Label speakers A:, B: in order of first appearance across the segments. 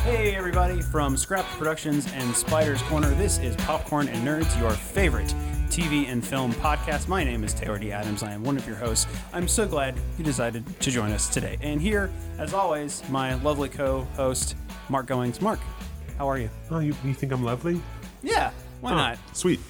A: Hey, everybody, from Scrap Productions and Spider's Corner, this is Popcorn and Nerds, your favorite TV and film podcast. My name is Taylor D. Adams. I am one of your hosts. I'm so glad you decided to join us today. And here, as always, my lovely co host, Mark Goings. Mark, how are you?
B: Oh, you, you think I'm lovely?
A: Yeah, why not?
B: Sweet.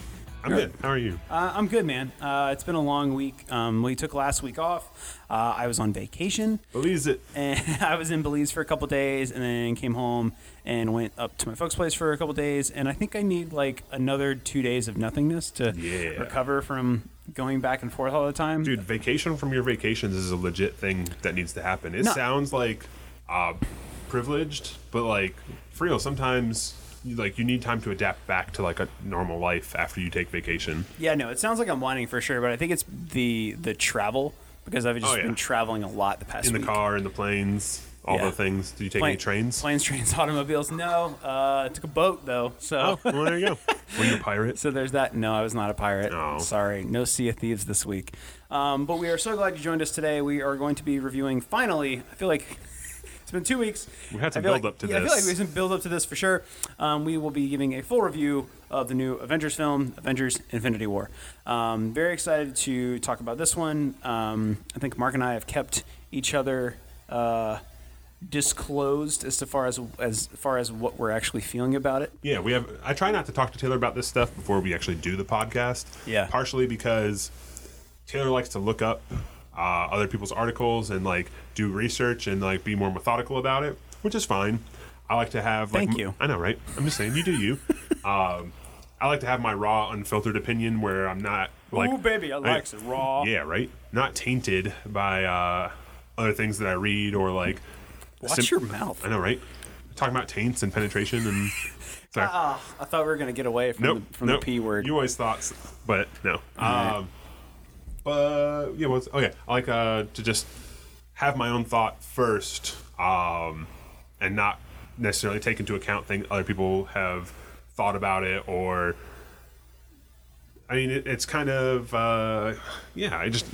B: I'm good. How are you?
A: Uh, I'm good, man. Uh, it's been a long week. Um, we took last week off. Uh, I was on vacation.
B: Believes it.
A: and I was in Belize for a couple days, and then came home and went up to my folks' place for a couple days. And I think I need like another two days of nothingness to
B: Yeah.
A: recover from going back and forth all the time.
B: Dude, vacation from your vacations is a legit thing that needs to happen. It
A: No.
B: sounds like uh, privileged, but like for real, sometimes you, like you need time to adapt back to like a normal life after you take vacation.
A: Yeah, no, it sounds like I'm whining for sure, but I think it's the the travel because I've just
B: Oh, yeah.
A: been traveling a lot the past
B: In the
A: week.
B: car, in the planes, all
A: Yeah.
B: the things. Do you take any
A: Plane-
B: trains?
A: planes, trains, automobiles. No, uh, I took a boat though. So,
B: Oh, well, there you go. Were you a pirate?
A: so there's that. No, I was not a pirate.
B: Oh.
A: Sorry, no Sea of Thieves this week. Um, but we are so glad you joined us today. We are going to be reviewing finally. I feel like it's been two weeks.
B: We had
A: I
B: some
A: feel
B: build
A: like-
B: up to
A: yeah, I feel like
B: this.
A: we had some build up to this for sure. Um, we will be giving a full review of the new Avengers film, Avengers: Infinity War. Um, very excited to talk about this one. Um, I think Mark and I have kept each other. Uh, disclosed as to far as as far as what we're actually feeling about it
B: Yeah, we have. I try not to talk to Taylor about this stuff before we actually do the podcast.
A: Yeah.
B: Partially because Taylor likes to look up uh, other people's articles and like do research and like be more methodical about it, which is fine. I like to have. Like,
A: Thank
B: m-
A: you.
B: I know, right? I'm just saying, you do you. um, I like to have my raw, unfiltered opinion where I'm not like.
A: Ooh, baby, I likes it raw.
B: Yeah, right. Not tainted by uh, other things that I read or like.
A: watch
B: sim-
A: your mouth
B: I know, right? Talking about taints and penetration and. Sorry.
A: Uh, I thought we were gonna get away from
B: Nope.
A: the, from
B: nope.
A: the p word.
B: You always thought, s- but no. Um, but yeah, what's okay? I like uh, to just have my own thought first, um, and not necessarily take into account things other people have thought about it or. I mean, it, it's kind of uh, yeah. I just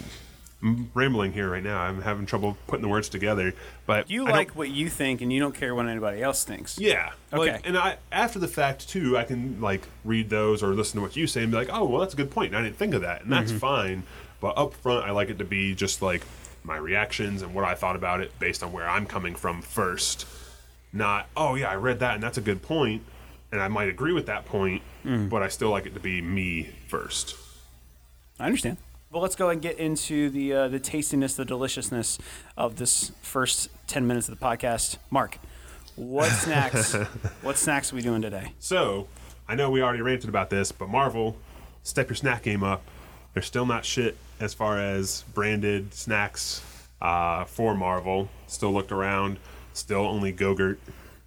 B: I'm rambling here right now. I'm having trouble putting the words together, but
A: you
B: I don't-
A: like what you think, and you don't care what anybody else thinks.
B: yeah.
A: Okay.
B: Like, and I after the fact too, I can like read those or listen to what you say and be like, oh well, that's a good point. and I didn't think of that, and that's fine. But up front, I like it to be just like my reactions and what I thought about it based on where I'm coming from first. Not oh yeah, I read that and that's a good point, and I might agree with that point, but I still like it to be me first.
A: I understand. Well, let's go and get into the uh, the tastiness, the deliciousness of this first ten minutes of the podcast. Mark, what snacks? what snacks are we doing today?
B: So, I know we already ranted about this, but Marvel, step your snack game up. They're still not shit as far as branded snacks uh, for Marvel. Still looked around, still only Gogurt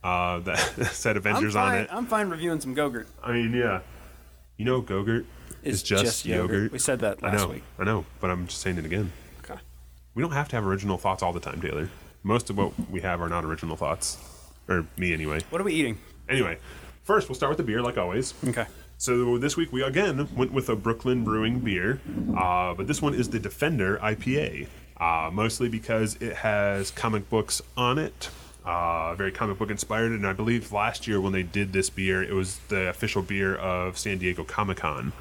B: uh, that said Avengers
A: I'm
B: on
A: fine,
B: it.
A: I'm fine reviewing some Gogurt.
B: I mean, yeah. You know, Gogurt
A: It's
B: is just,
A: just yogurt.
B: yogurt.
A: We said that last
B: I know,
A: week.
B: I know, but I'm just saying it again.
A: Okay.
B: We don't have to have original thoughts all the time, Taylor. Most of what we have are not original thoughts, or me anyway.
A: What are we eating?
B: Anyway, first we'll start with the beer, like always.
A: Okay.
B: So this week we again went with a Brooklyn Brewing beer, uh, but this one is the Defender IPA, uh, mostly because it has comic books on it, uh, very comic book inspired. And I believe last year when they did this beer, it was the official beer of San Diego Comic Con.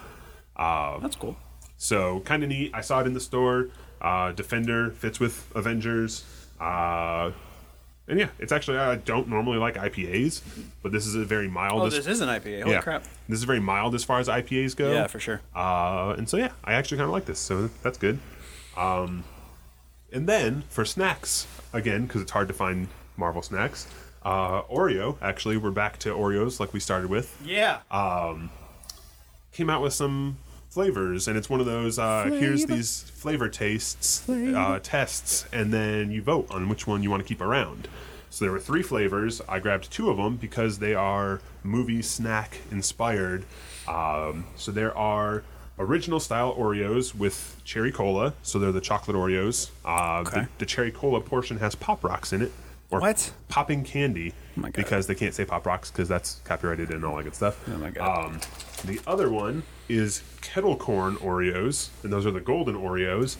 A: That's cool.
B: Uh, So kind of neat. I saw it in the store. Uh, Defender fits with Avengers. Uh, and yeah, it's actually I don't normally like IPAs, but this is a very mild.
A: Oh, this is an IPA. Holy
B: yeah,
A: crap!
B: this is very mild as far as IPAs go.
A: Yeah, for sure.
B: Uh, and so yeah, I actually kind of like this, so that's good. Um, and then for snacks again, because it's hard to find Marvel snacks. Uh, Oreo, actually, we're back to Oreos like we started with.
A: Yeah.
B: Uh, Came out with some flavors, and it's one of those uh, here's
A: Flavor.
B: these flavor tastes
A: Flavor.
B: uh, tests, and then you vote on which one you want to keep around. So there were three flavors. I grabbed two of them because they are movie snack inspired. Um, so there are original style Oreos with cherry cola. So they're the chocolate Oreos. Uh,
A: Okay.
B: the, the cherry cola portion has pop rocks in it. Or
A: What?
B: Popping candy.
A: Oh my God.
B: Because they can't say pop rocks because that's copyrighted and all that good stuff.
A: Oh my God.
B: Um, the other one is kettle corn Oreos, and those are the golden Oreos.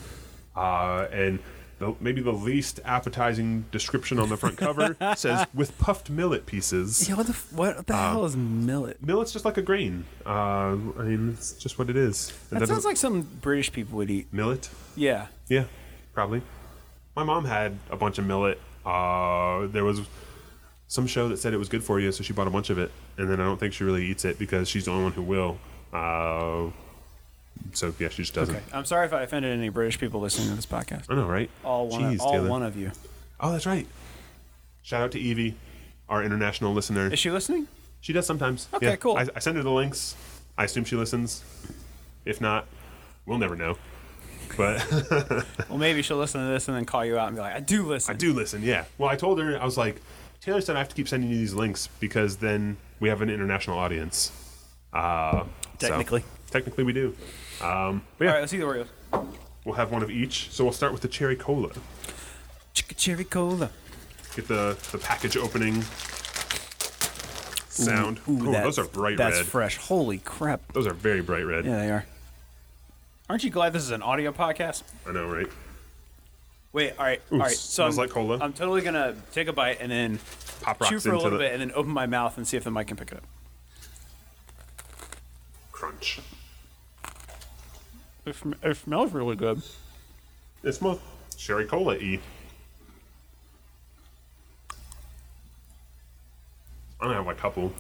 B: Uh, and the, maybe the least appetizing description on the front cover says with puffed millet pieces.
A: Yeah, what the f- what the
B: uh,
A: hell is millet?
B: Millet's just like a grain. Uh, I mean, it's just what it is. It
A: That
B: doesn't-
A: sounds like something British people would eat.
B: millet.
A: Yeah.
B: Yeah, probably. My mom had a bunch of millet. Uh, there was some show that said it was good for you, so she bought a bunch of it. And then I don't think she really eats it because she's the only one who will. Uh, so yeah, she just doesn't.
A: Okay. I'm sorry if I offended any British people listening to this podcast.
B: I know, right?
A: All one,
B: Jeez,
A: all
B: Taylor.
A: one of you.
B: Oh, that's right. Shout out to Evie, our international listener.
A: Is she listening?
B: She does sometimes.
A: Okay,
B: Yeah.
A: cool.
B: I, I send her the links. I assume she listens. If not, we'll never know. But.
A: Well, maybe she'll listen to this and then call you out and be like, "I do listen."
B: I do listen, yeah. Well, I told her, I was like, Taylor said I have to keep sending you these links because then we have an international audience. Uh, so-
A: Technically.
B: technically, we do. Um, but yeah,
A: All right, let's see the Oreos.
B: we'll have one of each. So we'll start with the cherry cola.
A: Chicka cherry cola.
B: Get the, the package opening sound.
A: Ooh,
B: Ooh,
A: that's-
B: those are bright
A: That's
B: red.
A: fresh. Holy crap!
B: those are very bright red.
A: Yeah, they are. Aren't you glad this is an audio podcast?
B: I know, right?
A: Wait, all right, all right. So
B: smells
A: I'm,
B: like cola.
A: I'm totally gonna take a bite and then
B: Pop
A: chew
B: rocks
A: for a
B: into
A: little
B: the
A: bit and then open my mouth and see if the mic can pick it up.
B: crunch.
A: It, sm- it smells really good.
B: It smells cherry cola y. I'm gonna have a couple.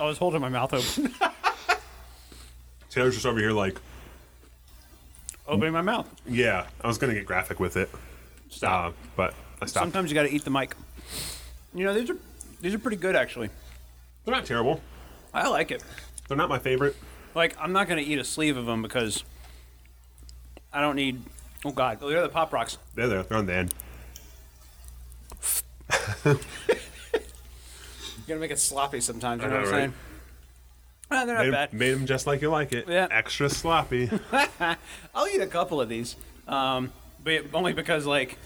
A: I was holding my mouth open,
B: Taylor's just over here like,
A: opening my mouth.
B: yeah, I was gonna get graphic with it, uh, but I stopped.
A: Sometimes you got to eat the mic. You know these are these are pretty good actually.
B: They're not terrible.
A: I like it.
B: They're not my favorite.
A: Like I'm not gonna eat a sleeve of them because I don't need. Oh God, they're the pop rocks.
B: They're there. They're on the end.
A: You gotta make it sloppy sometimes. You
B: I
A: know what I'm
B: know, right?
A: saying? Ah, they're not
B: Made, 'em-
A: bad.
B: made 'em just like you like it.
A: Yeah.
B: Extra sloppy.
A: I'll eat a couple of these, um, but only because like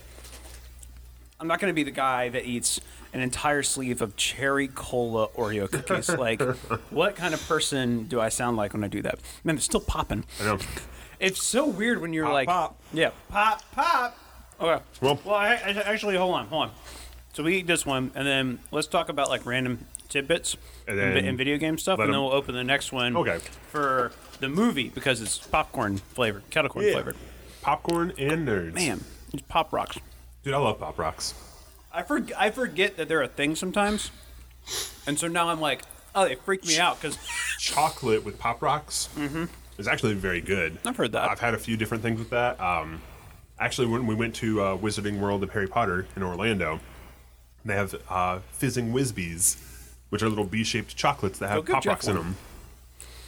A: I'm not gonna be the guy that eats an entire sleeve of cherry cola Oreo cookies. like, what kind of person do I sound like when I do that? Man, they're still popping.
B: I know.
A: It's so weird when you're
B: Pop,
A: like,
B: pop.
A: yeah, pop, pop. Okay.
B: Well-
A: well, I, I, actually, hold on, hold on. So we eat this one, and then let's talk about like random tidbits
B: And
A: and,
B: then
A: and video game stuff,
B: let
A: and then
B: 'em-
A: we'll open the next one.
B: Okay.
A: For the movie because it's popcorn flavored, kettle corn flavored.
B: Popcorn and nerds.
A: Man, it's pop rocks.
B: Dude, I love pop rocks.
A: I for, I forget that they're a thing sometimes, and so now I'm like, oh, they freak me out because
B: Chocolate with pop rocks is actually very good.
A: Mm-hmm. I've heard that.
B: I've had a few different things with that. Um, actually, when we went to uh, Wizarding World of Harry Potter in Orlando, they have uh, fizzing Whisbees, which are little B-shaped chocolates that have
A: give
B: pop
A: Jeff
B: rocks in
A: one.
B: them.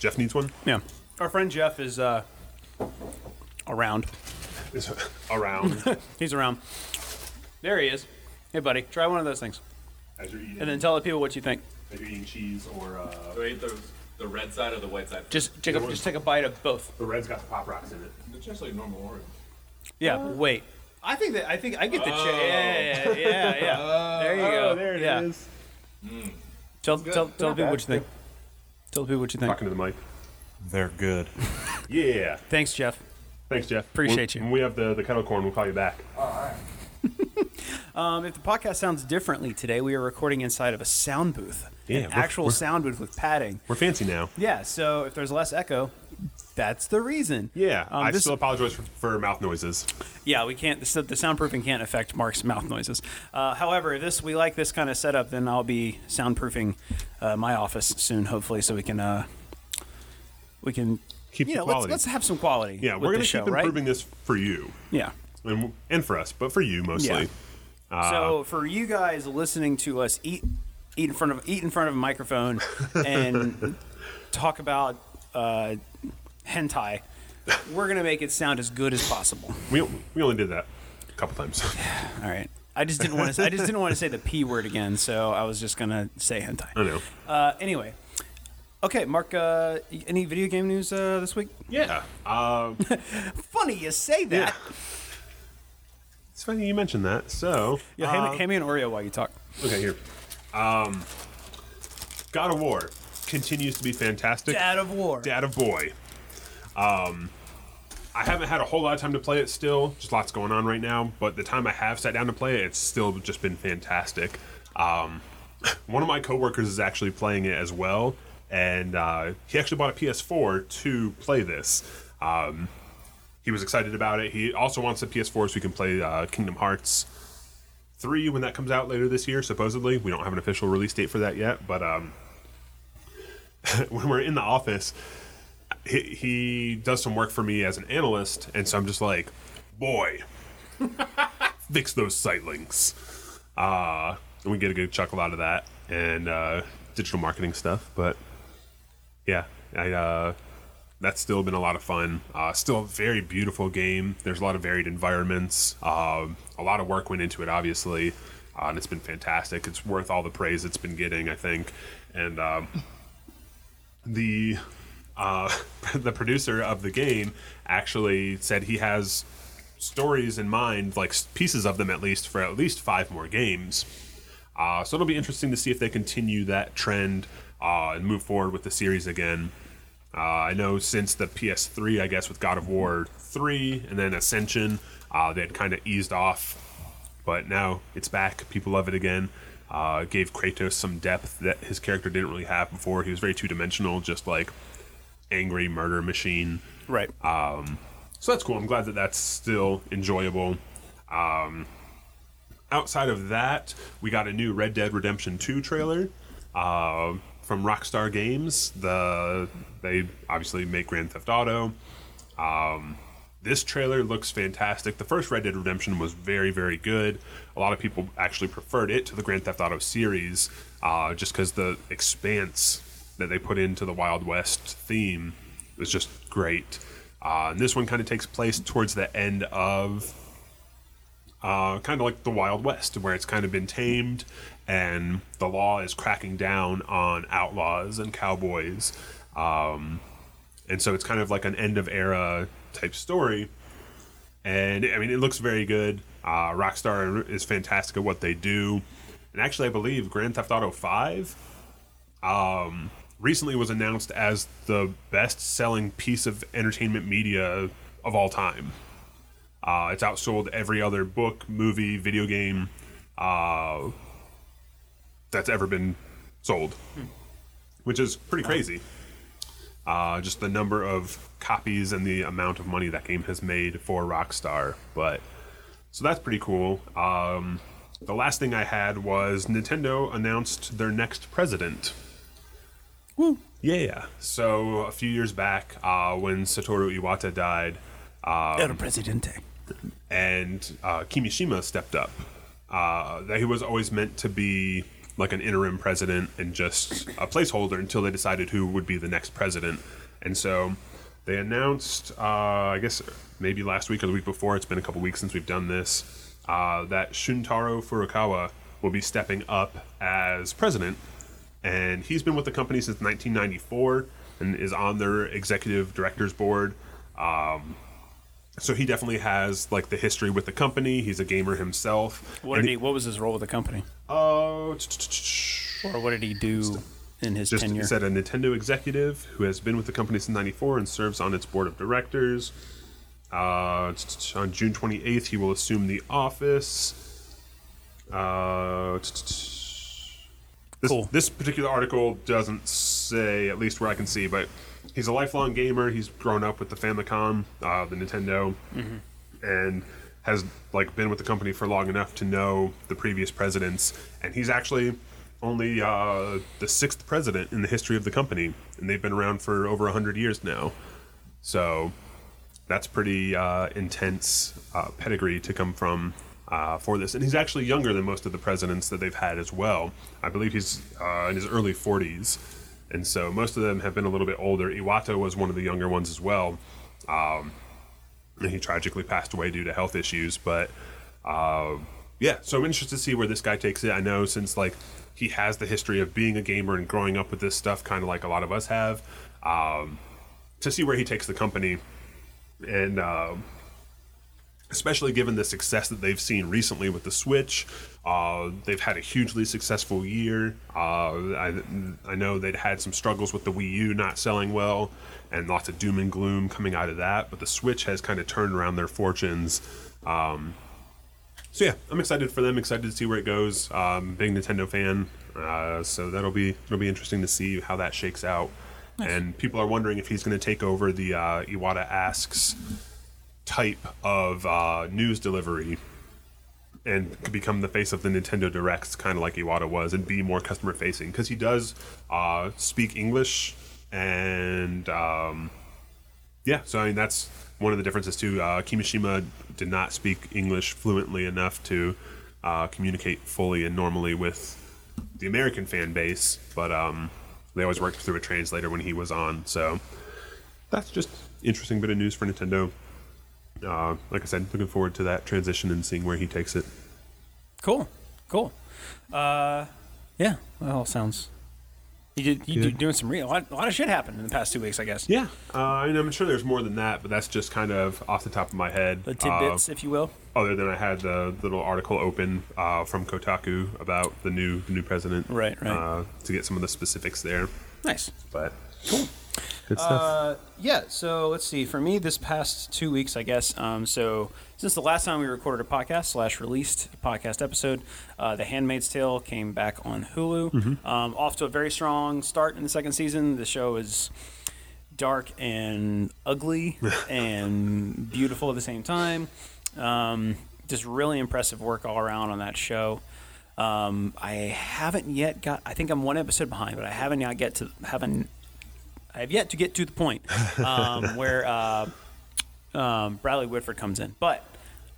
B: Jeff needs one.
A: yeah, our friend Jeff is uh, around.
B: Is around
A: He's around. There he is. Hey, buddy, try one of those things,
B: as you're eating,
A: and then tell the people what you think.
B: as you're eating cheese or uh,
C: Do I eat the, the red side or the white side?
A: Just take a, just take a bite of both.
B: the red's got the pop rocks in it.
C: It's just like normal orange.
A: Yeah,
B: Uh,
A: wait. I think that I think I get the Uh, check. Yeah, yeah, yeah. yeah. there you go.
B: oh, there it is.
A: Oh, yeah. Tell tell, tell people what you think. Tell people what you think.
B: Talking to the mic.
D: They're good.
B: Yeah.
A: Thanks, Jeff.
B: Thanks, Jeff.
A: Appreciate
B: When-
A: you.
B: When we have the the kettle corn, we'll call you back.
A: Um, if the podcast sounds differently today, we are recording inside of a sound booth,
B: Yeah,
A: an
B: we're-
A: actual
B: we're-
A: sound booth with padding.
B: We're fancy now.
A: Yeah. So if there's less echo, that's the reason.
B: Yeah.
A: Um,
B: I
A: this-
B: still apologize for, for mouth noises.
A: Yeah, we can't. The, the soundproofing can't affect Mark's mouth noises. Uh, however, if this we like this kind of setup, then I'll be soundproofing uh, my office soon, hopefully, so we can uh, we can
B: Keep
A: you
B: the
A: know
B: quality.
A: Let's, let's have some quality.
B: Yeah,
A: with
B: we're
A: the
B: going to
A: show,
B: keep
A: right?
B: improving this for you
A: Yeah.
B: and, and for us, but for you mostly. Ah.
A: so for you guys listening to us eat eat in front of eat in front of a microphone and talk about uh, hentai, we're gonna make it sound as good as possible.
B: We, we only did that a couple times.
A: All right. I just didn't want to. I just didn't want to say the p word again, so I was just gonna say hentai.
B: I know.
A: Uh, anyway, okay, Mark. Uh, y- any video game news uh, this week?
B: Yeah. Um,
A: Funny you say that.
B: it's funny you mentioned that. So, uh,
A: Yeah. hand, me, hand me an Oreo while you talk.
B: okay, here. Um, God of War continues to be fantastic.
A: Dad of War.
B: Dad of Boy. Um, I haven't had a whole lot of time to play it still. Just lots going on right now. But the time I have sat down to play it, it's still just been fantastic. Um, one of my coworkers is actually playing it as well, and uh, he actually bought a PS4 to play this. Um, he was excited about it. He also wants a PS4 so he can play uh, Kingdom Hearts three when that comes out later this year. Supposedly, we don't have an official release date for that yet. But um, when we're in the office, he, he does some work for me as an analyst, and so I'm just like, boy, fix those sight links. Uh, and we get a good chuckle out of that and uh, digital marketing stuff. But yeah, I, uh, that's still been a lot of fun. Uh, still a very beautiful game. There's a lot of varied environments. Um, a lot of work went into it, obviously, uh, and it's been fantastic. It's worth all the praise it's been getting, I think. And um, the uh, the producer of the game actually said he has stories in mind, like s- pieces of them at least, for at least five more games. Uh, so it'll be interesting to see if they continue that trend uh, and move forward with the series again. Uh, I know since the PS3, I guess, with God of War 3 and then Ascension, uh, they had kind of eased off. But now it's back. People love it again. Uh, gave Kratos some depth that his character didn't really have before. He was very two dimensional, just like angry murder machine.
A: Right.
B: Um, So that's cool. I'm glad that that's still enjoyable. Um, outside of that, we got a new Red Dead Redemption 2 trailer uh, from Rockstar Games. The they obviously make Grand Theft Auto. Um, this trailer looks fantastic. The first Red Dead Redemption was very, very good. A lot of people actually preferred it to the Grand Theft Auto series, uh, just because the expanse that they put into the Wild West theme was just great. Uh, and this one kind of takes place towards the end of uh, kind of like the Wild West, where it's kind of been tamed and the law is cracking down on outlaws and cowboys. Um, and so it's kind of like an end of era type story. And I mean, it looks very good. Uh, Rockstar is fantastic at what they do. And actually, I believe Grand Theft Auto 5 recently was announced as the best selling piece of entertainment media of all time. Uh, it's outsold every other book, movie, video game uh, that's ever been sold, which is pretty crazy. Uh, just the number of copies and the amount of money that game has made for Rockstar. But so that's pretty cool. Um, the last thing I had was Nintendo announced their next president. Yeah. So a few years back, uh, when Satoru Iwata died,
A: El Presidente.
B: and uh, Kimishima stepped up, uh, that he was always meant to be like an interim president and just a placeholder until they decided who would be the next president. And so they announced, uh, I guess maybe last week or the week before. It's been a couple weeks since we've done this. Uh, that Shuntaro Furukawa will be stepping up as president and he's been with the company since 1994 and is on their executive directors board. Um, so he definitely has like the history with the company. He's a gamer himself.
A: What
B: And
A: did he? What was his role with the company,
B: Oh,
A: or what did he do in his
B: just
A: tenure?
B: said a Nintendo executive who has been with the company since '94 and serves on its board of directors. Uh, on June 28th, he will assume the office. Uh, this,
A: Cool.
B: this particular article doesn't say, at least where I can see, but he's a lifelong gamer. He's grown up with the Famicom, uh, the Nintendo,
A: Mm-hmm.
B: and has like been with the company for long enough to know the previous presidents. And he's actually only uh, the sixth president in the history of the company, and they've been around for over hundred years now. So that's pretty uh, intense uh, pedigree to come from uh, for this. And he's actually younger than most of the presidents that they've had as well. I believe he's uh, in his early 40s. And so most of them have been a little bit older. Iwata was one of the younger ones as well. Um, and he tragically passed away due to health issues. But uh, yeah, so I'm interested to see where this guy takes it. I know since like he has the history of being a gamer and growing up with this stuff, kind of like a lot of us have. Um, to see where he takes the company and uh, especially given the success that they've seen recently with the Switch. Uh, they've had a hugely successful year. Uh, I, I know they'd had some struggles with the Wii U not selling well and lots of doom and gloom coming out of that, but the Switch has kind of turned around their fortunes. Um, so yeah, I'm excited for them. Excited to see where it goes. Um, big Nintendo fan, uh, so that'll be it'll be interesting to see how that shakes out. And people are wondering if he's going to take over the uh, Iwata asks type of uh, news delivery and could become the face of the Nintendo Directs, kind of like Iwata was, and be more customer facing because he does uh, speak English and um, yeah. So I mean that's one of the differences too. Uh, Kimishima did not speak English fluently enough to uh, communicate fully and normally with the American fan base, but um, they always worked through a translator when he was on. So that's just interesting bit of news for Nintendo uh, like I said, looking forward to that transition and seeing where he takes it.
A: Cool, cool. Uh, yeah, that all sounds. You did you do doing some real a lot, a lot of shit happened in the past two weeks, I guess.
B: Yeah, uh, I mean, I'm sure there's more than that, but that's just kind of off the top of my head.
A: The tidbits, if you will.
B: Uh, other than I had the little article open uh, from Kotaku about the new the new president,
A: Right, right.
B: Uh, to get some of the specifics there,
A: Nice.
B: but cool, good stuff.
A: Uh, yeah, so let's see. For me, this past two weeks, I guess. Um, so since the last time we recorded a podcast slash released a podcast episode, uh, The Handmaid's Tale came back on Hulu. Um, off to a very strong start in the second season. The show is dark and ugly and beautiful at the same time. Um, just really impressive work all around on that show. Um, I haven't yet got. I think I'm one episode behind, but I haven't yet get to haven't I have yet to get to the point um, where uh, um, Bradley Whitford comes in, but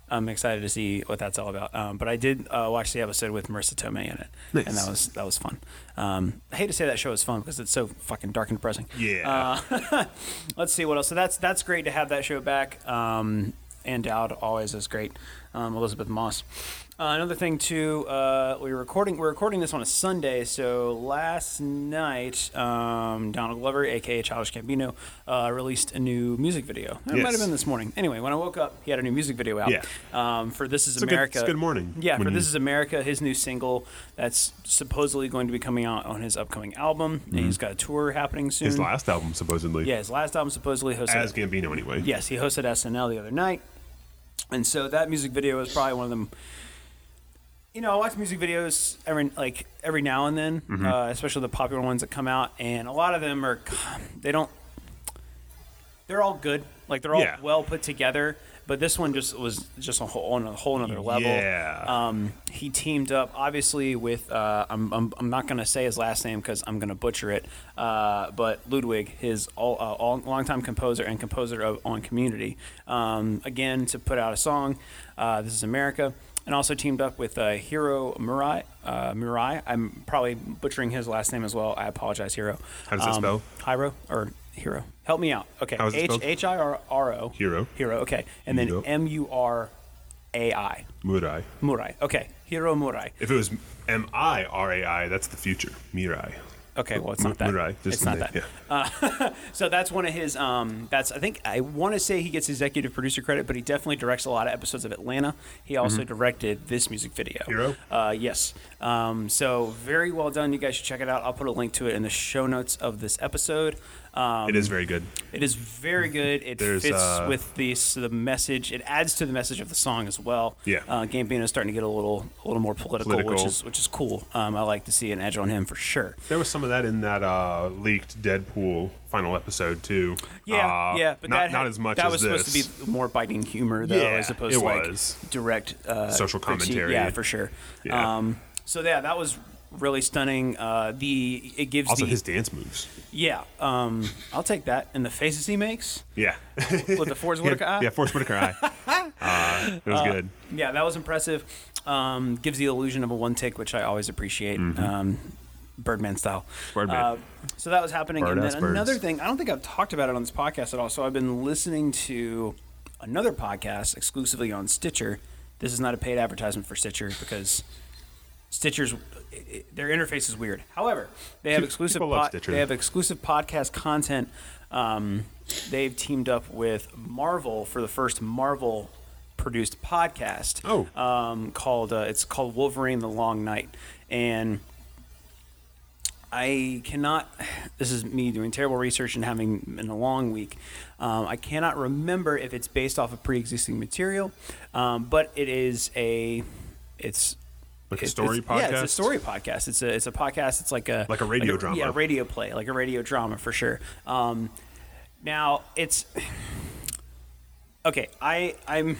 A: I'm excited to see what that's all about. Um, but I did uh, watch the episode with Marissa Tomei in it, and
B: Nice.
A: that was that was fun. Um, I hate to say that show is fun because it's so fucking dark and depressing.
B: Yeah.
A: Uh, let's see what else. So that's that's great to have that show back. Um, and Dowd always is great. Um, Elizabeth Moss. Uh, another thing too, uh, we're recording. We're recording this on a Sunday, so last night, um, Donald Glover, aka Childish Gambino, uh, released a new music video. It
B: Yes.
A: might have been this morning. Anyway, when I woke up, he had a new music video out.
B: Yeah.
A: Um, for This Is
B: a good-
A: America.
B: it's a good morning
A: Yeah. For
B: when
A: This
B: you-
A: Is America, his new single that's supposedly going to be coming out on his upcoming album, and he's got a tour happening soon.
B: Mm-hmm. His last album, supposedly,
A: Mm-hmm. Yeah, his last album supposedly hosted.
B: as Gambino anyway.
A: yes, he hosted SNL the other night, and so that music video is probably one of them. You know, I watch music videos every like every now and then,
B: Mm-hmm.
A: uh, especially the popular ones that come out, and a lot of them are they don't. They're all good, like they're all
B: Yeah.
A: well put together. But this one just was just a whole, on a whole another level.
B: Yeah.
A: Um, he teamed up obviously with uh, I'm, I'm, I'm not gonna say his last name because I'm gonna butcher it, uh, but Ludwig, his all, uh, all longtime composer and composer of on Community, um, again to put out a song. Uh, this is America, and also teamed up with uh, Hiro Murai. Uh, Murai, I'm probably butchering his last name as well. I apologize, Hiro.
B: How does it spell?
A: Hiro or Hiro? Help me out. Okay,
B: How is it
A: H
B: spelled?
A: H I R R O.
B: Hiro.
A: Hiro. Okay, and then
B: Hiro.
A: M U R A I.
B: Murai.
A: Murai. Okay. Hiro Murai.
B: If it was M I R A I, that's the future. Mirai.
A: Okay, well, it's not that.
B: Murai. Just
A: it's
B: the
A: not
B: name,
A: that. Uh, So that's one of his. Um, that's I think I want to say he gets executive producer credit, but he definitely directs a lot of episodes of Atlanta. He also
B: Mm-hmm.
A: directed this music video.
B: Hero?
A: Uh, yes. Um, so very well done. You guys should check it out. I'll put a link to it in the show notes of this episode. Um,
B: It is very good.
A: It is very good. It
B: Mm-hmm. There's,
A: fits
B: uh,
A: with the so the message. It adds to the message of the song as well.
B: Yeah.
A: Uh, Gambino is starting to get a little a little more political, which
B: Political.
A: is which is cool. Um, I like to see an edge on him for sure.
B: There was some of that in that uh, leaked Deadpool final episode too.
A: Yeah,
B: Uh,
A: yeah, but
B: not,
A: that had-
B: not as much
A: That
B: as
A: was
B: this.
A: supposed to be more biting humor, though,
B: Yeah,
A: as opposed
B: it
A: to like
B: was.
A: direct uh,
B: Social
A: critique.
B: commentary.
A: Yeah, for sure.
B: Yeah.
A: Um, so yeah, that was really stunning. Uh, the it gives
B: also
A: the
B: his dance moves.
A: yeah. Um, I'll take that and the faces he makes
B: Yeah,
A: with the Forrest Whitaker. eye.
B: yeah, yeah, Forrest Whitaker eye. uh, it was good.
A: Yeah, that was impressive. Um, gives the illusion of a one take, which I always appreciate. Um, Birdman style.
B: Mm-hmm. Birdman.
A: Uh, so that was happening. and
B: Bird-ass
A: then another
B: birds.
A: thing, I don't think I've talked about it on this podcast at all. So I've been listening to another podcast exclusively on Stitcher. This is not a paid advertisement for Stitcher because Stitcher's it- it- their interface is weird. However, they have exclusive
B: People love
A: pod-
B: Stitcher.
A: they have exclusive podcast content. Um, they've teamed up with Marvel for the first Marvel produced podcast.
B: Oh.
A: um, called uh, it's called Wolverine: The Long Night, and I cannot. This is me doing terrible research and having been a long week. Um, I cannot remember if it's based off of pre-existing material, um, but it is a. It's
B: Like a
A: it's-
B: story
A: it's- Yeah, it's a
B: podcast?
A: story podcast. It's a it's a podcast. It's like a
B: Like a radio drama.
A: Yeah, radio play, like a radio drama for sure. Um, now it's okay. I I'm.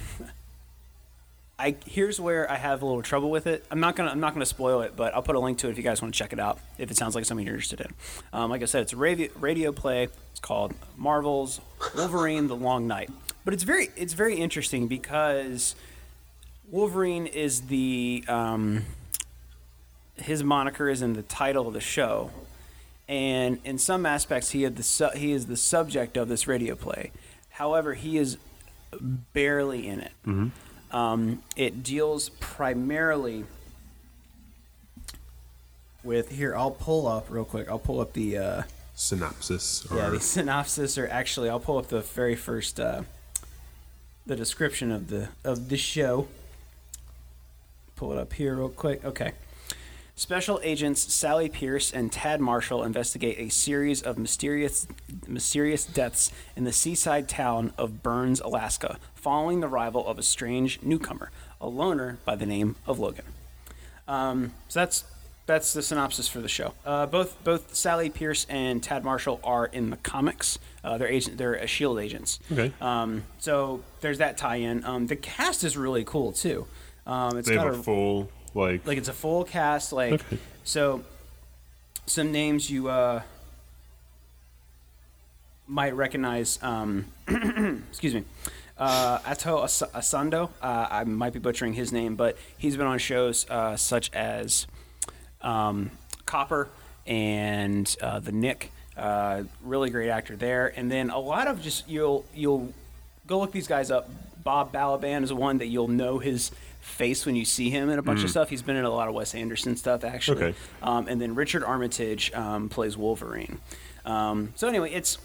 A: I here's where I have a little trouble with it. I'm not gonna I'm not gonna spoil it, but I'll put a link to it if you guys want to check it out. If it sounds like something you're interested in, um, like I said, it's a radio, radio play. It's called Marvel's Wolverine: The Long Night, but it's very it's very interesting because Wolverine is the um, his moniker is in the title of the show, and in some aspects he had the su- he is the subject of this radio play. However, he is barely in it. Um, it deals primarily with here. I'll pull up real quick. I'll pull up the uh,
B: Synopsis. Or,
A: yeah the synopsis, or actually, I'll pull up the very first uh, the description of the of the show. Pull it up here real quick. Okay. Special agents Sally Pierce and Tad Marshall investigate a series of mysterious mysterious deaths in the seaside town of Burns, Alaska, following the arrival of a strange newcomer, a loner by the name of Logan. Um, so that's that's the synopsis for the show. Uh, both both Sally Pierce and Tad Marshall are in the comics. Uh, they're agent, they're uh, Shield agents.
B: Okay.
A: Um, so there's that tie-in. Um, the cast is really cool too. Um, it's
B: they
A: got
B: have a full like.
A: like it's a full cast. Like so, some names you uh, might recognize. Um, excuse me. Uh, Ato As- Asando, uh, I might be butchering his name, but he's been on shows uh, such as um, Copper and uh, The Nick. Uh, really great actor there, and then a lot of just you'll you'll go look these guys up. Bob Balaban is one that you'll know his face when you see him in a bunch of stuff. He's been in a lot of Wes Anderson stuff actually,
B: Okay.
A: um, and then Richard Armitage um, plays Wolverine. Um, so anyway, it's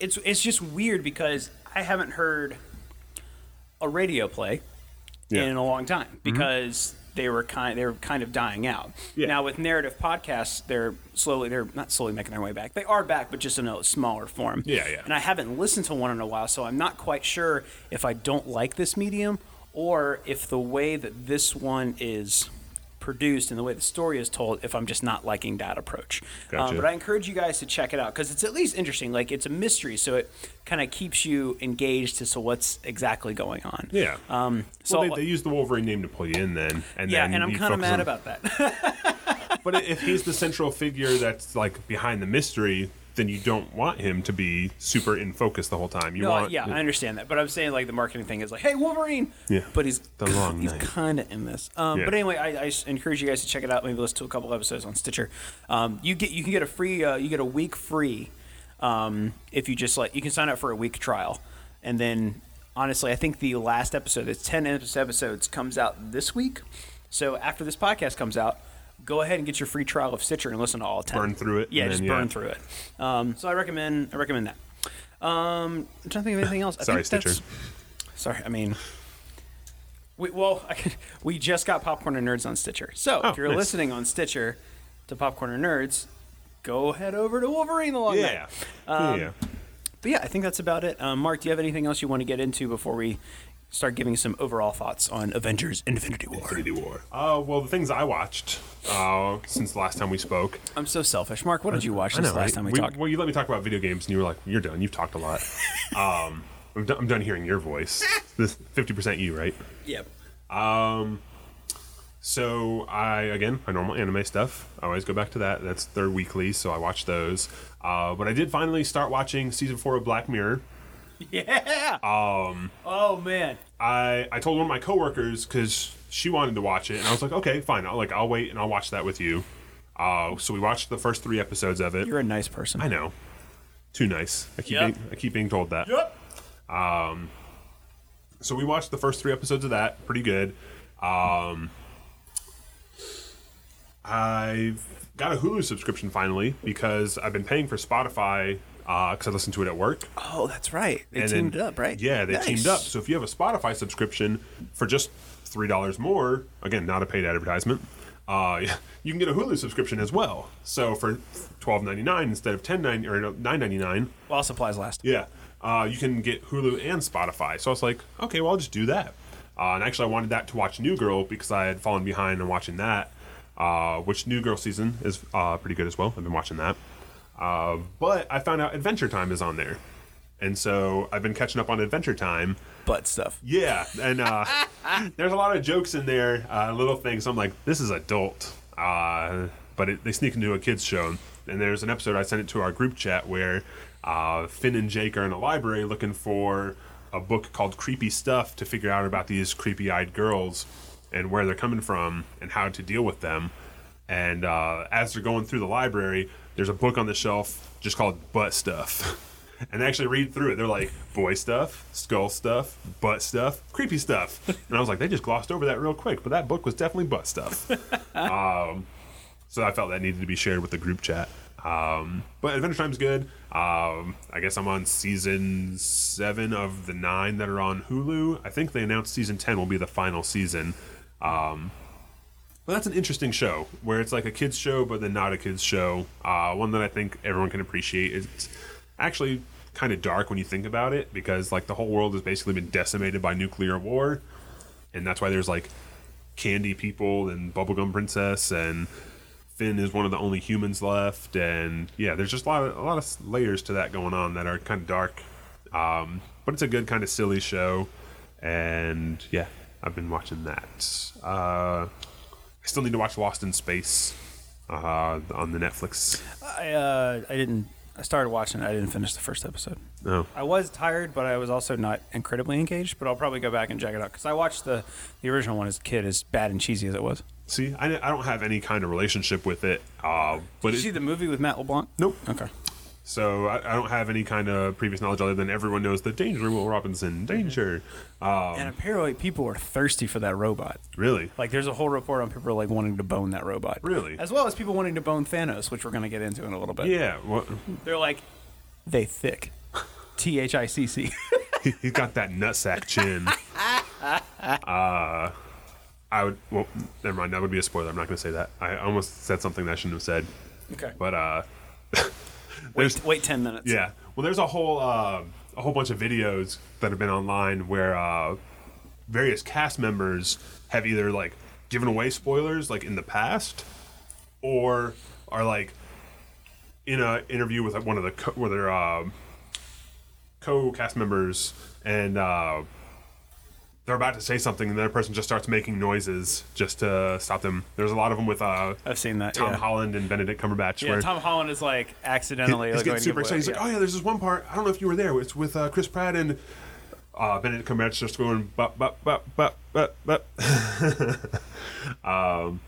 A: it's it's just weird because I haven't heard a radio play
B: Yeah. Mm-hmm.
A: in a long time because they were kind they were kind of dying out.
B: Yeah.
A: Now with narrative podcasts, they're slowly they're not slowly making their way back. They are back, but just in a smaller form.
B: Yeah, yeah.
A: And I haven't listened to one in a while, so I'm not quite sure if I don't like this medium or if the way that this one is produced and the way the story is told, if I'm just not liking that approach. Um,
B: Gotcha.
A: but I encourage you guys to check it out because it's at least interesting. Like it's a mystery, so it kind of keeps you engaged as to what's exactly going on.
B: yeah.
A: Um, so
B: well, they, they use the Wolverine name to pull you in then. And
A: yeah,
B: then
A: and I'm
B: you
A: kind of
B: focus
A: mad
B: on-
A: about that.
B: But if he's the central figure that's like behind the mystery, then you don't want him to be super in focus the whole time. You
A: No, I-
B: want
A: yeah, I understand that, but I'm saying like the marketing thing is like, hey, Wolverine.
B: Yeah.
A: But he's
B: The long
A: he's
B: night.
A: kind of in this. Um,
B: Yeah.
A: But anyway, I, I s- encourage you guys to check it out. Maybe listen to a couple episodes on Stitcher. Um, you get you can get a free uh, you get a week free um, if you just like you can sign up for a week trial, and then honestly, I think the last episode, it's ten ep- episodes, comes out this week. So after this podcast comes out. Go ahead and get your free trial of Stitcher and listen to all ten.
B: Burn through it,
A: Yeah,
B: and
A: just
B: then,
A: burn
B: yeah.
A: through it. Um, so I recommend I recommend that. Um, I'm trying to think of anything else. I
B: Sorry,
A: think that's-
B: Stitcher.
A: Sorry, I mean, we well, we just got Popcorn and Nerds on Stitcher. So
B: Oh,
A: if you're
B: nice.
A: listening on Stitcher to Popcorn and Nerds, go head over to Wolverine the Long Night.
B: yeah, yeah,
A: Um,
B: yeah.
A: But yeah, I think that's about it. Um, Mark, do you have anything else you want to get into before we start giving some overall thoughts on Avengers: Infinity War?
B: Uh, well, the things I watched uh, since the last time we spoke.
A: I'm so selfish. Mark, what did you watch
B: I
A: this
B: know,
A: last
B: right?
A: time we, talked?
B: Well, you let me talk about video games, and you were like, "You're done. You've talked a lot." um, I'm, done, I'm done hearing your voice. This 50% you, right?
A: yep.
B: So I again my normal anime stuff. I always go back to that. That's their weekly, so I watch those. Uh, but I did finally start watching season four of Black Mirror.
A: Yeah. Um. Oh man.
B: I, I told one of my coworkers because she wanted to watch it, and I was like, okay, fine. I'll like I'll wait and I'll watch that with you. Uh, so we watched the first three episodes of it.
A: You're a nice person.
B: I know, too nice. I keep
A: Yep.
B: being, I keep being told that.
A: Yep.
B: So we watched the first three episodes of that. Pretty good. Um, I've got a Hulu subscription finally because I've been paying for Spotify because I listened to it at work.
A: Oh, that's right. They
B: and
A: teamed
B: then,
A: up, right?
B: Yeah, they
A: Nice.
B: teamed up. So if you have a Spotify subscription for just three dollars more, again, not a paid advertisement, uh, you can get a Hulu subscription as well. So for twelve ninety nine instead of ten nine or nine ninety nine,
A: While supplies last.
B: yeah, uh, you can get Hulu and Spotify. So I was like, okay, well I'll just do that. Uh, and actually, I wanted that to watch New Girl because I had fallen behind on watching that, uh, which New Girl season is uh, pretty good as well. I've been watching that. Uh, but I found out Adventure Time is on there. And so I've been catching up on Adventure Time.
A: Butt stuff.
B: Yeah. And uh, there's a lot of jokes in there, uh, little things. I'm like, this is adult. Uh, but it, they sneak into a kid's show. And there's an episode I sent it to our group chat where uh, Finn and Jake are in a library looking for a book called Creepy Stuff to figure out about these creepy eyed girls and where they're coming from and how to deal with them. And uh, as they're going through the library, there's a book on the shelf just called Butt Stuff. And they actually read through it. They're like, boy stuff, skull stuff, butt stuff, creepy stuff. And I was like, they just glossed over that real quick, but that book was definitely butt stuff. Um, So I felt that needed to be shared with the group chat. Um, but Adventure Time's good. Um, I guess I'm on season seven of the nine that are on Hulu. I think they announced season ten will be the final season. Um, but that's an interesting show where it's like a kids show, but then not a kids show. Uh, one that I think everyone can appreciate. It's actually kind of dark when you think about it because like the whole world has basically been decimated by nuclear war, and that's why there's like candy people and bubblegum princess and Finn is one of the only humans left, and yeah, there's just a lot of a lot of layers to that going on that are kind of dark, um, but it's a good kind of silly show, and yeah, I've been watching that. Uh, I still need to watch Lost in Space uh, on the Netflix.
A: I uh, I didn't. I started watching it. I didn't finish the first episode.
B: Oh,
A: I was tired, but I was also not incredibly engaged. But I'll probably go back and check it out because I watched the the original one as a kid, as bad and cheesy as it was.
B: see, I, I don't have any kind of relationship with it, uh, but
A: Did you
B: it,
A: see the movie with Matt LeBlanc?
B: nope.
A: Okay.
B: So I, I don't have any kind of previous knowledge other than everyone knows the danger, Will
A: Mm-hmm.
B: Robinson, danger. Uh,
A: and apparently, people are thirsty for that robot.
B: really,
A: Like, there's a whole report on people like wanting to bone that robot.
B: Really?
A: As well as people wanting to bone Thanos, which we're going to get into in a little bit.
B: yeah. Well,
A: They're like, they thick. T H I C C.
B: he, he's got that nutsack chin. Uh, I would. Well, never mind. That would be a spoiler. I'm not going to say that. I almost said something that I shouldn't have said.
A: Okay.
B: But uh, there's
A: Wait, wait 10 minutes.
B: yeah. Well, there's a whole uh, a whole bunch of videos that have been online where uh, various cast members have either like given away spoilers like in the past, or are like in a interview with like, one of the co- where their um, co-cast members and. Uh, they're about to say something, and the other person just starts making noises just to stop them. There's a lot of them with uh,
A: I've seen that.
B: Tom
A: yeah.
B: Holland and Benedict Cumberbatch.
A: Yeah,
B: where
A: Tom Holland is like accidentally.
B: He's
A: like, going
B: getting
A: to
B: super
A: give away-
B: excited. He's like, "Oh yeah, there's this one part. I don't know if you were there. It's with uh, Chris Pratt and uh, Benedict Cumberbatch just going bup bup bup bup bup bup." um,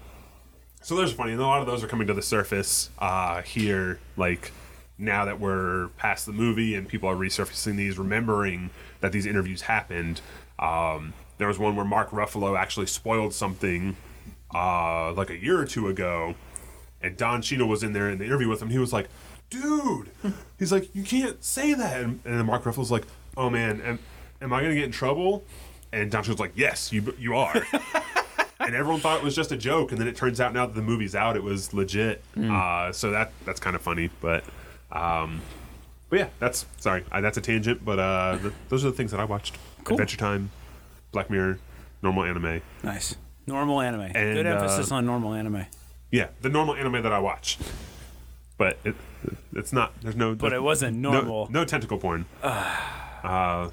B: so those are funny, and a lot of those are coming to the surface uh, here, like now that we're past the movie and people are resurfacing these, remembering that these interviews happened. Um, there was one where Mark Ruffalo actually spoiled something uh, like a year or two ago, and Don Cheadle was in there in the interview with him. He was like, "Dude," he's like, "You can't say that." And, and then Mark Ruffalo's like, "Oh man, am, am I gonna get in trouble?" And Don Cheadle's like, "Yes, you you are." and everyone thought it was just a joke, and then it turns out now that the movie's out, it was legit.
A: Hmm.
B: Uh, so that that's kind of funny, but. Um, but yeah, that's sorry. I, that's a tangent, but uh, th- those are the things that I watched:
A: Cool.
B: Adventure Time, Black Mirror, normal anime.
A: Nice. Normal anime. Good
B: uh,
A: emphasis on normal anime.
B: Yeah, the normal anime that I watch. But it, it's not. There's no.
A: But it wasn't
B: no-
A: normal.
B: No, tentacle porn. uh,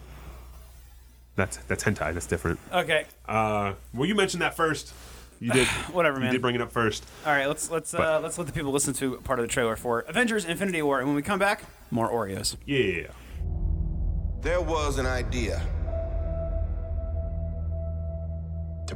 B: that's that's hentai. That's different.
A: Okay.
B: Uh, well, you mentioned that first. You did.
A: Whatever,
B: you
A: man.
B: did bring it up first.
A: All right, let's let's uh,
B: But-
A: let's let the people listen to part of the trailer for Avengers: Infinity War, and when we come back, more Oreos.
B: Yeah.
D: There was an idea to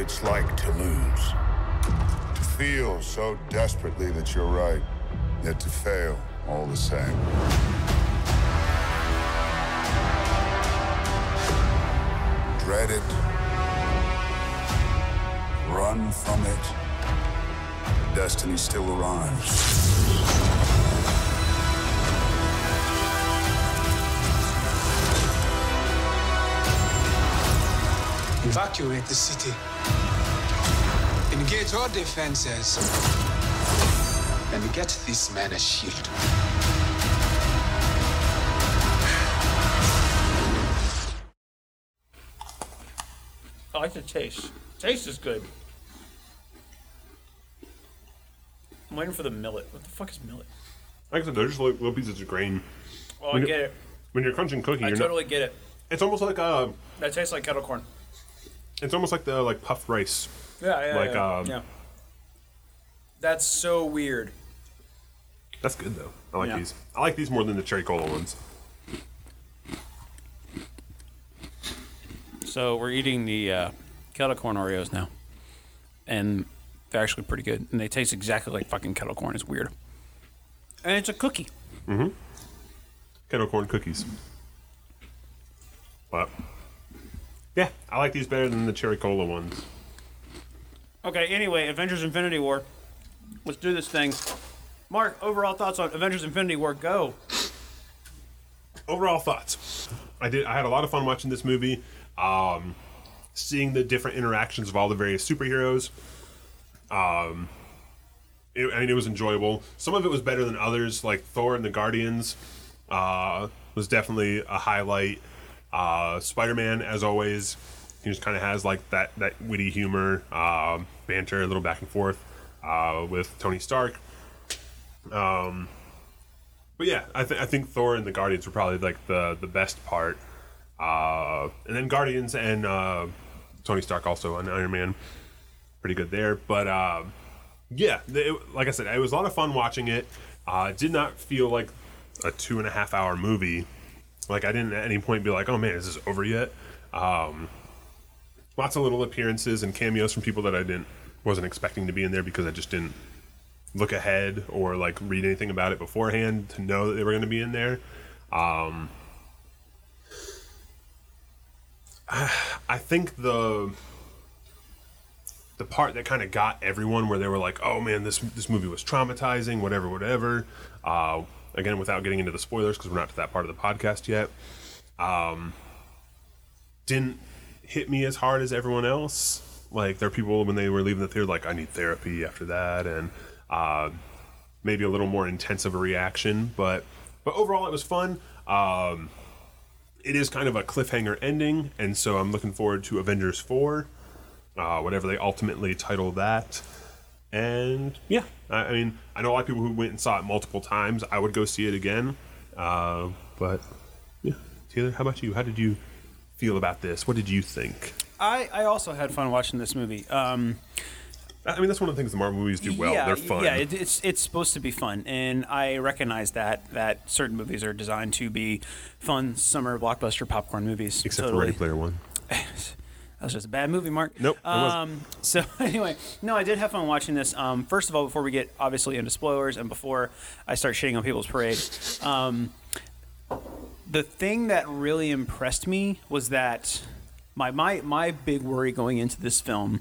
E: it's like to lose. To feel so desperately that you're right, yet to fail all the same. Dread it. Run from it. Destiny still arrives.
F: Evacuate the city. Engage all defenses. And get this man a shield.
G: I like the taste. Taste is good. I'm waiting for the millet. What the fuck is millet?
B: Like I said, they're just little, little pieces of grain.
G: Oh, I get it.
B: When you're crunching cookie,
G: I
B: you're
G: totally
B: not.
G: get it.
B: It's almost like uh,
G: That tastes like kettle corn.
B: it's almost like the like puff rice.
A: Yeah, yeah,
B: Like,
A: yeah,
B: um,
A: yeah. That's so weird.
B: That's good though. I like
A: Yeah.
B: these. I like these more than the cherry cola ones.
A: So we're eating the uh, kettle corn Oreos now, and they're actually pretty good, and they taste exactly like fucking kettle corn. It's weird, and it's a cookie.
B: Kettle corn cookies. But yeah, I like these better than the cherry cola ones.
A: Okay. Anyway, Avengers: Infinity War. Let's do this thing. Mark, overall thoughts on Avengers: Infinity War? Go.
B: overall thoughts. I did. I had a lot of fun watching this movie, um, seeing the different interactions of all the various superheroes. Um, it, I mean, it was enjoyable. Some of it was better than others, like Thor and the Guardians, uh, was definitely a highlight. Uh, Spider Man, as always, he just kind of has like that that witty humor, um, banter, a little back and forth uh, with Tony Stark. But yeah, I, th- I think Thor and the Guardians were probably like the the best part. Uh, and then Guardians and uh, Tony Stark also on Iron Man, pretty good there. But um, yeah, th- it, like I said, it was a lot of fun watching it. Uh, it did not feel like a two and a half hour movie. Like I didn't at any point be like, oh man, is this over yet? Um, lots of little appearances and cameos from people that I didn't wasn't expecting to be in there because I just didn't look ahead or like read anything about it beforehand to know that they were going to be in there. Um, I think the the part that kind of got everyone where they were like, "Oh man, this this movie was traumatizing," whatever, whatever. Uh, again, without getting into the spoilers because we're not to that part of the podcast yet. Um, didn't hit me as hard as everyone else. Like there are people when they were leaving the theater, like I need therapy after that, and uh, maybe a little more intense of a reaction. But but overall, it was fun. Um, it is kind of a cliffhanger ending, and so I'm looking forward to Avengers Four, uh, whatever they ultimately title that. And yeah, I, I mean, I know a lot of people who went and saw it multiple times. I would go see it again, uh, but yeah. Taylor, how about you? How did you feel about this? What did you think?
A: I, I also had fun watching this movie. Um,
B: I I mean, that's one of the things the Marvel movies do well. They're fun.
A: Yeah, it, it's it's supposed to be fun, and I recognize that that certain movies are designed to be fun summer blockbuster popcorn movies.
B: Except for
A: Totally.
B: Ready Player One.
A: That was just a bad movie, Mark.
B: Nope, it wasn't.
A: Um, so anyway, no, I did have fun watching this. Um, first of all, before we get obviously into spoilers, and before I start shitting on people's parade, um, the thing that really impressed me was that my my my big worry going into this film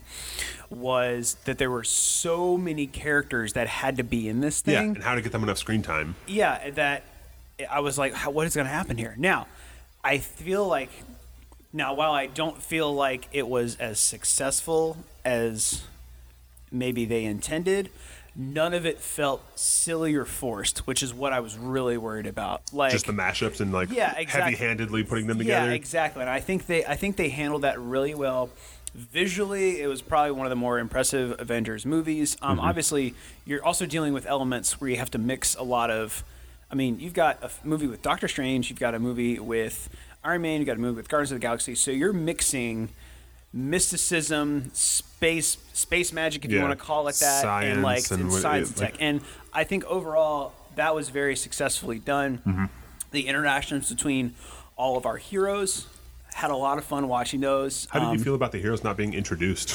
A: was that there were so many characters that had to be in this
B: Yeah,
A: thing
B: and how to get them enough screen time.
A: yeah, that I was like, how, what is going to happen here? Now, I feel like now while I don't feel like it was as successful as maybe they intended, none of it felt silly or forced, which is what I was really worried about. Like
B: Just the mashups and like
A: Yeah, exactly.
B: heavy-handedly putting them together.
A: yeah, exactly. And I think they I think they handled that really well. Visually, it was probably one of the more impressive Avengers movies. Um,
B: Mm-hmm.
A: Obviously, you're also dealing with elements where you have to mix a lot of. I mean, you've got a f- movie with Doctor Strange, you've got a movie with Iron Man, you've got a movie with Guardians of the Galaxy. So you're mixing mysticism, space, space magic, if you
B: Yeah.
A: want to call it that,
B: Science
A: and like
B: and
A: and
B: what-
A: science and
B: like-
A: tech. And I think overall, that was
B: Mm-hmm.
A: very successfully done the interactions between all of our heroes Had a lot of fun watching those.
B: How did
A: Um,
B: you feel about the heroes not being introduced?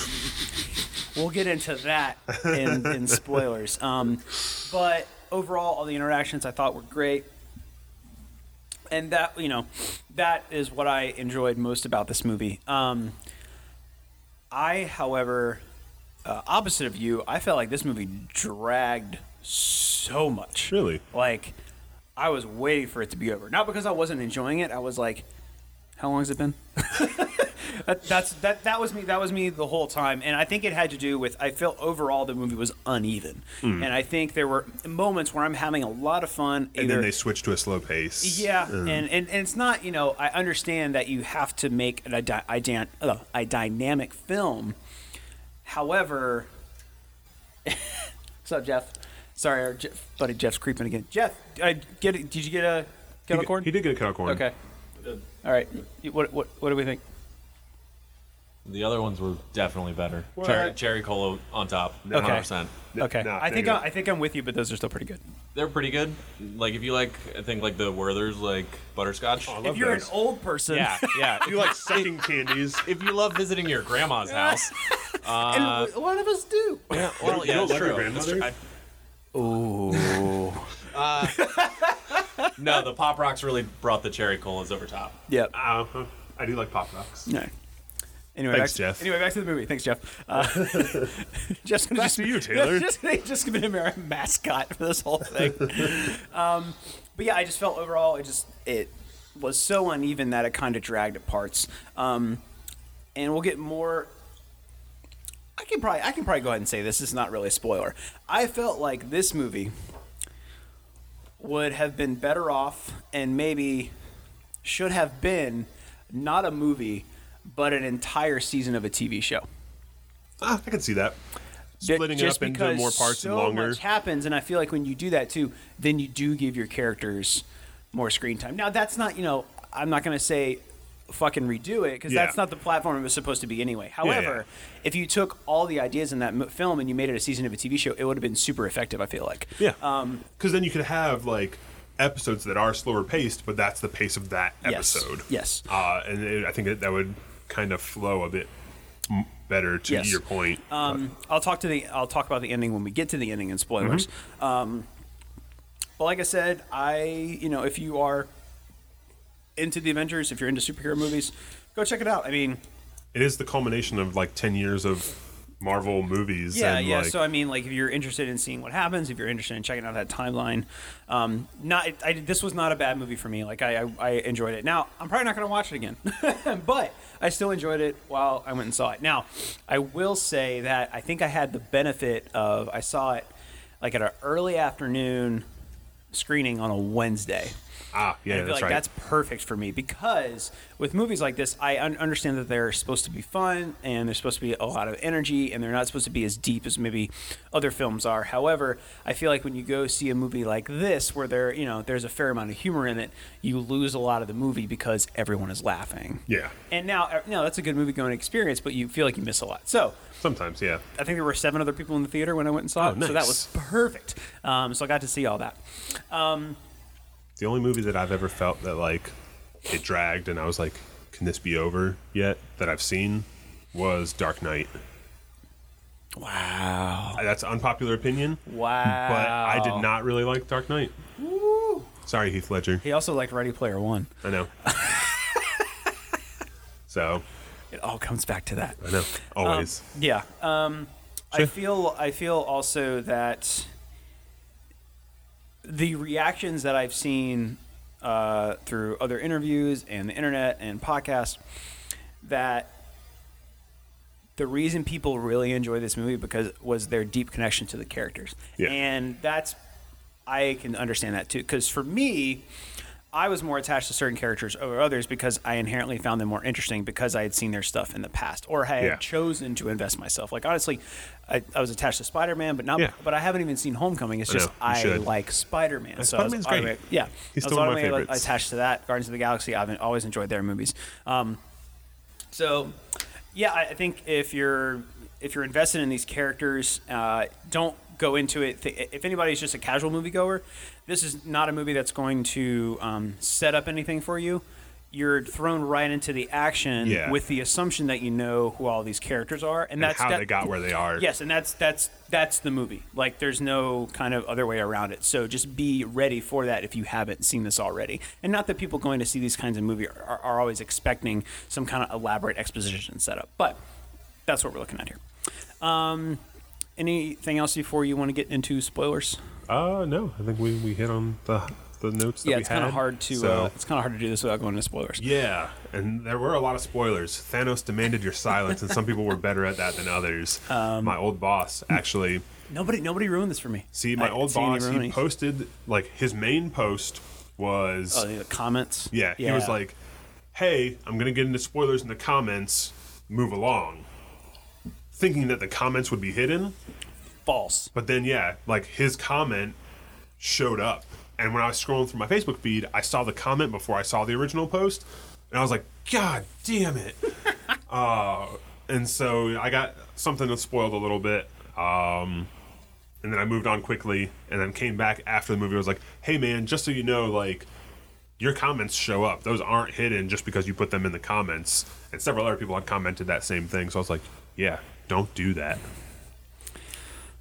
A: We'll get into that in, in spoilers. Um, but overall, all the interactions I thought were great. And that, you know, that is what I enjoyed most about this movie. Um, I, however, uh, opposite of you, I felt like this movie dragged so much.
B: Really?
A: Like, I was waiting for it to be over. Not because I wasn't enjoying it. I was like, how long has it been? that, that's that. That was me. That was me the whole time, and I think it had to do with I felt overall the movie was uneven,
B: Hmm.
A: and I think there were moments where I'm having a lot of fun.
B: and
A: either-
B: then they switched to a slow pace. Uh,
A: yeah, and, and, and it's not, you know, I understand that you have to make a, dy- a, dy- uh, a dynamic film. However, what's up, Jeff? Sorry, our Jeff, buddy Jeff's creeping again. Jeff, I get it. Did you get a
B: He,
A: kettle corn?
B: he did get a kettle corn.
A: Okay. All right. You- What, what, what do we think?
H: The other ones were definitely better. Cherry, cherry cola on top,
A: Okay.
H: 100%.
A: Okay.
B: nah,
A: I think
B: negative.
A: I, I think I'm with you, but those are still pretty good.
H: They're pretty good. Like if you like, I think like the Werther's like butterscotch.
B: Oh, I love
A: If you're
B: those.
A: an old person,
H: yeah, yeah.
B: you like sucking candies.
H: if you love visiting your grandma's house,
A: and a lot of us do.
H: well, yeah,
B: don't love
H: that's
B: your
H: true. That's true.
B: grandmother?
H: I- Uh, no, the pop rocks really brought the cherry colas over top.
A: Yeah.
B: Uh, I do like pop rocks.
A: No. Anyway,
B: Thanks,
A: back,
B: Jeff.
A: Anyway, back to the movie. Thanks, Jeff. Uh, Jeff's gonna
B: Back
A: just
B: to you, Taylor.
A: Just, just gonna be our mascot for this whole thing. um, but yeah, I just felt overall it just it was so uneven that it kind of dragged at parts. Um, and we'll get more. I can probably I can probably go ahead and say this. This is not really a spoiler. I felt like this movie would have been better off and maybe should have been not a movie, but an entire season of a TV show.
B: Ah, I can see that. Splitting it
A: Just
B: up into
A: because
B: more parts
A: so
B: and longer.
A: much happens, and I feel like when you do that too, then you do give your characters more screen time. Now that's not you know I'm not going to say fucking redo it because
B: Yeah.
A: that's not the platform it was supposed to be anyway.
B: yeah.
A: However, if you took all the ideas in that mo- film and you made it a season of a TV show, it would have been super effective. I feel like. Um,
B: Yeah. Because then you could have like episodes that are slower paced, but that's the pace of that
A: Yes.
B: episode.
A: Yes.
B: Uh, and it, I think that, that would kind of flow a bit m- better to
A: Yes.
B: your point.
A: Um, I'll talk to the I'll talk about the ending when we get to the ending and spoilers. Um, but like I said, I you know if you are into the Avengers, if you're into superhero movies, go check it out. I mean,
B: it is the culmination of like 10 years of Marvel movies.
A: yeah,
B: and,
A: yeah.
B: Like,
A: so I mean, like if you're interested in seeing what happens, if you're interested in checking out that timeline, um, not I, this was not a bad movie for me. Like I, I, I enjoyed it. Now I'm probably not going to watch it again, but I still enjoyed it while I went and saw it. Now I will say that I think I had the benefit of I saw it like at an early afternoon screening on a Wednesday.
B: ah, yeah,
A: I
B: that's
A: feel like
B: right.
A: that's perfect for me because with movies like this, I un- understand that they're supposed to be fun and they're supposed to be a lot of energy and they're not supposed to be as deep as maybe other films are. However, I feel like when you go see a movie like this, where there you know there's a fair amount of humor in it, you lose a lot of the movie because everyone is laughing.
B: Yeah.
A: And now, uh, no, that's a good movie going experience, but you feel like you miss a lot. So
B: Sometimes, yeah.
A: I think there were seven other people in the theater when I went and saw it, so that
B: Oh, nice.
A: was perfect. Um, so I got to see all that.
B: The only movie that I've ever felt that like it dragged and I was like, can this be over yet? That I've seen was Dark Knight.
A: Wow!
B: Uh, That's unpopular opinion,
A: Wow!
B: but I did not really like Dark Knight. Sorry, Heath Ledger.
A: He also liked Ready Player One.
B: I know. so
A: It all comes back to that.
B: I know always.
A: Yeah. Um, I feel. I feel also that the reactions that I've seen uh, through other interviews and the internet and podcasts that the reason people really enjoy this movie because was their deep connection to the characters,
B: Yeah.
A: and that's I can understand that too. Because for me, I was more attached to certain characters over others because I inherently found them more interesting because I had seen their stuff in the past or I had
B: Yeah.
A: chosen to invest myself. Like honestly, I, I was attached to Spider Man, but not.
B: Yeah.
A: But I haven't even seen Homecoming. It's
B: I know,
A: just
B: you
A: I
B: should. Uh,
A: like Spider Man. So I was
B: Spider-Man's great.
A: automatic- Yeah,
B: He's
A: I was
B: still one of my
A: automatically
B: favorites.
A: attached to that. Guardians of the Galaxy. I've always enjoyed their movies. Um, so, yeah, I I think if you're if you're invested in these characters, uh, don't go into it. Th- if anybody's just a casual moviegoer, this is not a movie that's going to um, set up anything for you. you're thrown right into the action
B: Yeah.
A: with the assumption that you know who all these characters are, and,
B: And
A: that's
B: how
A: that-
B: they got where they are.
A: Yes, and that's that's that's the movie. Like, there's no kind of other way around it. So just be ready for that if you haven't seen this already. And not that people going to see these kinds of movies are, are always expecting some kind of elaborate exposition setup, but that's what we're looking at here. Um, anything else before you want to get into spoilers?
B: Uh, no, I think we, we hit on the the notes. That
A: yeah,
B: we
A: it's kind of
B: had,
A: hard to
B: so-
A: uh, it's kind of hard to do this without going into spoilers.
B: Yeah, and there were a lot of spoilers. Thanos demanded your silence, and some people were better at that than others.
A: Um,
B: my old boss actually.
A: Nobody nobody ruined this for me.
B: See, my
A: I didn't
B: old
A: see any
B: boss. He
A: ruining.
B: posted like his main post was.
A: Oh, the comments.
B: Yeah, he was like, "Hey, I'm gonna get into spoilers in the comments. Move along." Thinking that the comments would be hidden,
A: false.
B: but then yeah, like his comment showed up, and when I was scrolling through my Facebook feed, I saw the comment before I saw the original post, and I was like, "God damn it!" uh, and so I got something that spoiled a little bit. Um, and then I moved on quickly, and then came back after the movie. I was like, "Hey, man, just so you know, like, your comments show up. Those aren't hidden just because you put them in the comments." And several other people had commented that same thing. So I was like, "Yeah, don't do that."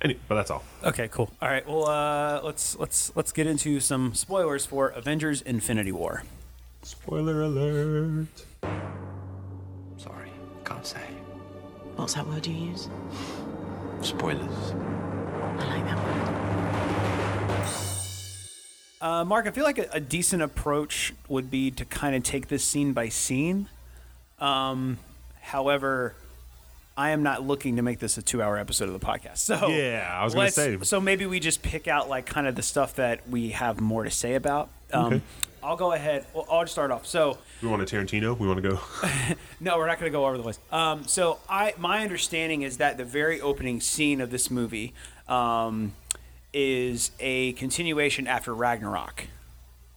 B: Any, but that's all.
A: Okay, cool. All right, well, uh, let's let's let's get into some spoilers for Avengers: Infinity War.
B: Spoiler alert.
I: Sorry, can't say. What's that word you use?
J: Spoilers.
A: Uh, Mark, I feel like a, a decent approach would be to kind of take this scene by scene. Um, however, I am not looking to make this a two-hour episode of the podcast. So
B: Yeah, I was gonna
A: let's-
B: say.
A: So maybe we just pick out like kind of the stuff that we have more to say about. Um,
B: Okay.
A: I'll go ahead. Well, I'll just start off. So.
B: We want a Tarantino. We want to go.
A: No, we're not going to go over the list. Um, so I, my understanding is that the very opening scene of this movie um, is a continuation after Ragnarok.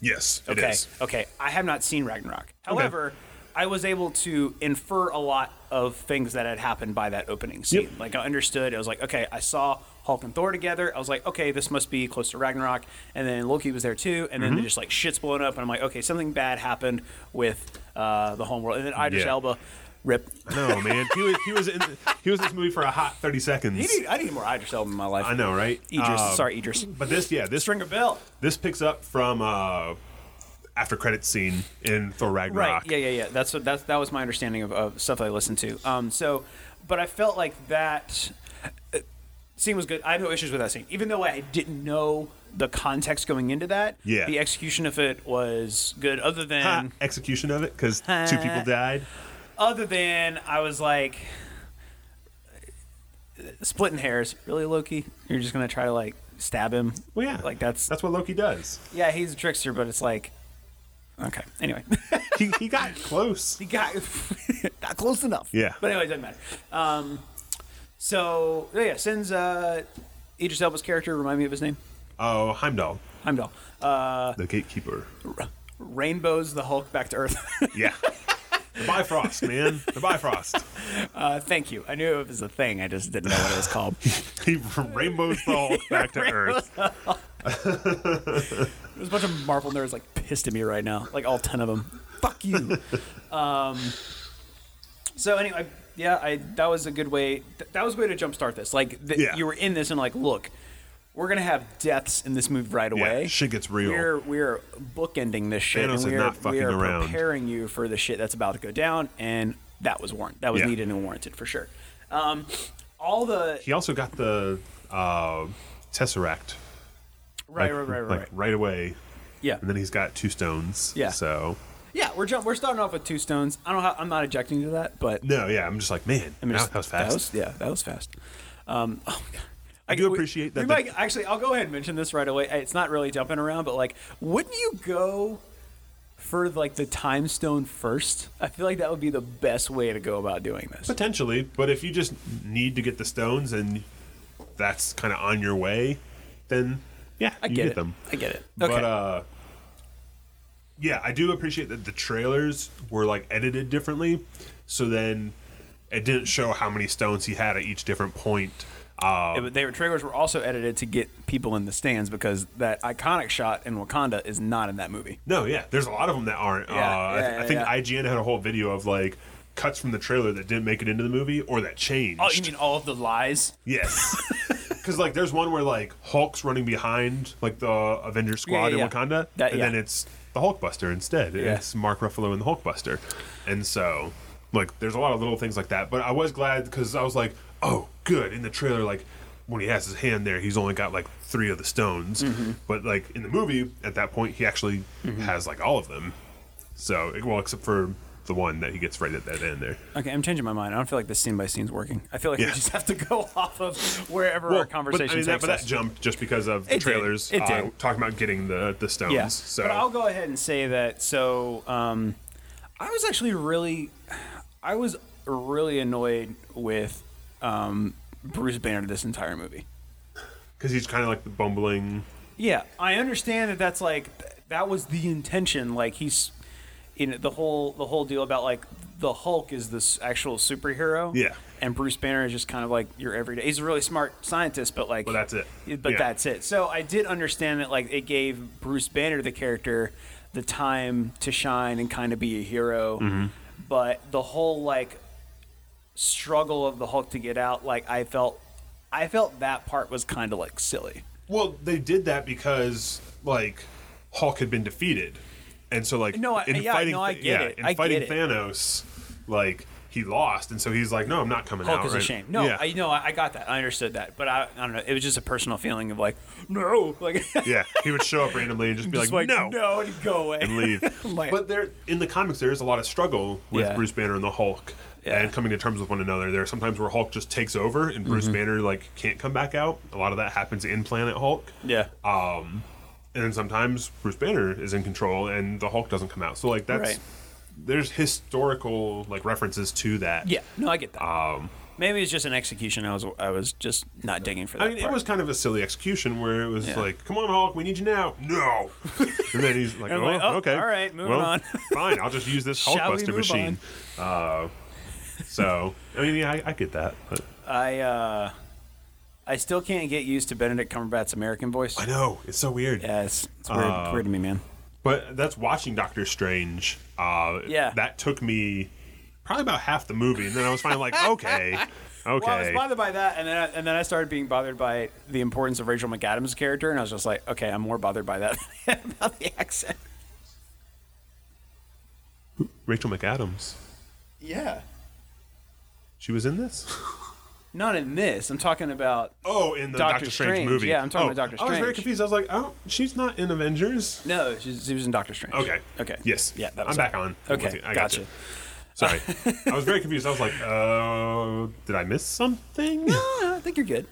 B: Yes, it
A: Okay.
B: is.
A: Okay. I have not seen Ragnarok. However, I was able to infer a lot of things that had happened by that opening scene. Like I understood. It was like, okay, I saw Hulk and Thor together. I was like, okay, this must be close to Ragnarok. And then Loki was there too. And then
B: Mhm.
A: they just like shit's blowing up. And I'm like, okay, something bad happened with uh, the home world. And then Idris
B: Yeah.
A: Elba, rip.
B: No, man. He was he was in he was in this movie for a hot thirty seconds.
A: He need- I need more Idris Elba in my life.
B: I know, right?
A: Idris,
B: Um,
A: sorry, Idris.
B: But this, yeah, this
A: String a bell.
B: This picks up from uh, after credit scene in Thor Ragnarok.
A: Right. Yeah, yeah, yeah. That's what that's that was my understanding of, of stuff I listened to. Um, so, but I felt like that uh, scene was good. I had no issues with that scene, even though I didn't know the context going into that.
B: Yeah.
A: The execution of it was good. Other than
B: execution of it because two people died.
A: Other than I was like splitting hairs. Really, Loki? You're just gonna try to like stab him? Well, yeah. Like that's
B: that's what Loki does.
A: Yeah, he's a trickster, but it's like okay. Anyway,
B: he, he got close.
A: He got not close enough.
B: Yeah.
A: But anyway, it doesn't matter. Um, so oh yeah, sends uh, Idris Elba's character. Remind me of his name.
B: Oh, Heimdall,
A: Heimdall. Uh,
B: the gatekeeper.
A: rainbows the Hulk back to Earth.
B: Yeah. The Bifrost, man. The Bifrost.
A: uh, thank you. I knew it was a thing. I just didn't know what it was called.
B: he rainbows the Hulk back to Earth.
A: There's a bunch of Marvel nerds like pissed at me right now. Like all ten of them. Fuck you. um, so anyway, yeah, I that was a good way. th- that was a way to jumpstart this. Like th-
B: Yeah.
A: you were in this and like, look, we're gonna have deaths in this movie right away.
B: shit gets real.
A: We're we're bookending this shit.
B: Thanos
A: and
B: is
A: we are,
B: not fucking
A: we are
B: around.
A: preparing you for the shit that's about to go down, and that was warrant. That was
B: Yeah.
A: needed and warranted for sure. Um, all the
B: He also got the uh, Tesseract.
A: Right, right,
B: Like-
A: right, right,
B: Like
A: right.
B: right away.
A: Yeah.
B: And then he's got two stones.
A: Yeah.
B: So.
A: yeah, we're jump, we're starting off with two stones. I don't know how, I'm not objecting to that, but
B: No, yeah, I'm just like, man,
A: I mean, it's-
B: that, that was fast.
A: that was- yeah, that was fast. Um, oh my god.
B: I do appreciate that
A: We
B: the-
A: might, actually, I'll go ahead and mention this right away. It's not really jumping around, but like, wouldn't you go for like the time stone first? I feel like that would be the best way to go about doing this.
B: Potentially, but if you just need to get the stones and that's kind of on your way, then yeah,
A: I
B: you
A: get
B: get
A: it.
B: them.
A: I get it.
B: But
A: Okay.
B: uh, yeah, I do appreciate that the trailers were like edited differently, so then it didn't show how many stones he had at each different point.
A: Yeah, but their trailers were also edited to get people in the stands because that iconic shot in Wakanda is not in that movie.
B: No, yeah, there's a lot of them that aren't.
A: Yeah,
B: uh, I,
A: yeah,
B: th-
A: yeah,
B: I think
A: yeah.
B: IGN had a whole video of like cuts from the trailer that didn't make it into the movie or that changed.
A: Oh, you mean all of the lies?
B: Yes. Because like, there's one where like Hulk's running behind like the Avengers
A: Yeah,
B: squad
A: yeah, yeah.
B: in Wakanda,
A: That-
B: and
A: yeah.
B: then it's the Hulkbuster instead.
A: Yeah.
B: It's Mark Ruffalo and the Hulkbuster, and so like, there's a lot of little things like that. But I was glad because I was like, oh, good. In the trailer, like when he has his hand there, he's only got like three of the stones,
A: Mm-hmm.
K: Mhm.
B: but like in the movie, at that point, he actually
A: Mhm.
B: has like all of them. So well, except for the one that he gets right at that end there.
A: Okay, I'm changing my mind. I don't feel like this scene by scene's working. I feel like we
B: Yeah.
A: just have to go off of wherever our conversation
B: But, I mean, that,
A: takes
B: but that
A: us.
B: jumped just because of
A: It
B: the
A: did.
B: trailers
A: It
B: uh,
A: did.
B: talking about getting the the stones.
A: Yeah.
B: So
A: But I'll go ahead and say that. So um, I was actually really, I was really annoyed with um, Bruce Banner this entire movie.
B: because he's kind of like the bumbling.
A: Yeah, I understand that. That's like th- that was the intention. Like he's, you know, the whole the whole deal about like the Hulk is this actual superhero.
B: Yeah.
A: and Bruce Banner is just kind of like your everyday. He's a really smart scientist, but like, well, that's
B: it.
A: But
B: Yeah.
A: that's it. So I did understand that like it gave Bruce Banner the character the time to shine and kind of be a hero.
B: Mhm.
A: But the whole like struggle of the Hulk to get out, like I felt, I felt that part was kind of like silly.
B: Well, they did that because like Hulk had been defeated, and so like
A: No, I-
B: in
A: yeah,
B: fighting,
A: no, I
B: Th-
A: get
B: yeah,
A: it.
B: in
A: I get
B: fighting
A: it.
B: Thanos, like he lost, and so he's like, no, I'm not coming
A: Hulk
B: out.
A: is
B: right?
A: a shame. No,
B: yeah.
A: I know I, I got that. I understood that, but I, I don't know. It was just a personal feeling of like, no, like
B: yeah, he would show up randomly and just be
A: just
B: like, no,
A: no, and go away
B: and leave.
A: Like-
B: but there, in the comics, there is a lot of struggle with
A: Yeah.
B: Bruce Banner and the Hulk and coming to terms with one another. There are sometimes where Hulk just takes over and Bruce
A: Mhm.
B: Banner like can't come back out. A lot of that happens in Planet Hulk.
A: Yeah.
B: Um, and then sometimes Bruce Banner is in control and the Hulk doesn't come out. So like that's
A: Right.
B: there's historical like references to that.
A: Yeah, no, I get that.
B: Um,
A: Maybe it's just an execution. I was I was just not digging for that.
B: I mean, it
A: part.
B: was kind of a silly execution where it was
A: Yeah.
B: like, "Come on, Hulk, we need you now." No, and then he's like,
A: And
B: oh,
A: I'm like, "Oh,
B: okay,
A: all right, moving
B: Well,
A: on."
B: fine, I'll just use this
A: Shall we
B: Hulkbuster
A: move
B: machine." Uh, so, I mean, yeah, I, I get that, but
A: I uh, I still can't get used to Benedict Cumberbatch's American voice. I
B: know it's so weird.
A: Yeah, it's, it's weird, it's
B: Uh,
A: weird to me, man.
B: But that's watching Doctor Strange. Uh,
A: Yeah.
B: that took me probably about half the movie, and then I was finally like, "Okay, okay."
A: Well, I was bothered by that, and then I, and then I started being bothered by the importance of Rachel McAdams' character, and I was just like, okay, I'm more bothered by that than about the accent.
B: Rachel McAdams,
A: Yeah,
B: she was in this.
A: not in this. I'm talking about
B: Oh, in the Doctor, Strange, movie.
A: Yeah, I'm talking
B: Oh,
A: about Doctor
B: I
A: Strange.
B: was very confused. I was like, "Oh, she's not in Avengers."
A: No, she's, she was in Doctor Strange.
B: Okay.
A: Okay.
B: Yes.
A: Yeah, that
B: I'm
A: was
B: back
A: it.
B: on.
A: Okay,
B: With you. I
A: gotcha.
B: gotcha. Sorry, I was very confused. I was like, "Uh, did I miss something?" No,
A: I think you're good.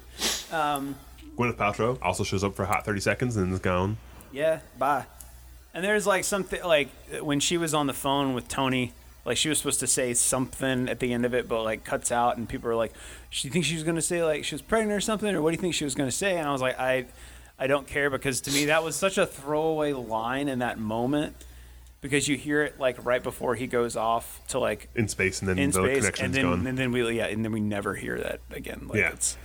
A: Um,
B: Gwyneth Paltrow also shows up for a hot thirty seconds and then is gone.
A: Yeah, bye. And there's like something like when she was on the phone with Tony, like she was supposed to say something at the end of it, but like cuts out, and people are like, "She think she was gonna say like she was pregnant or something, or what do you think she was gonna say?" And I was like, I, I don't care because to me that was such a throwaway line in that moment because you hear it like right before he goes off to like
B: in space, and then
A: in
B: the
A: space, and
B: connection's
A: then
B: gone.
A: and then we yeah, and then we never hear that again. Like,
B: Yeah.
A: it's,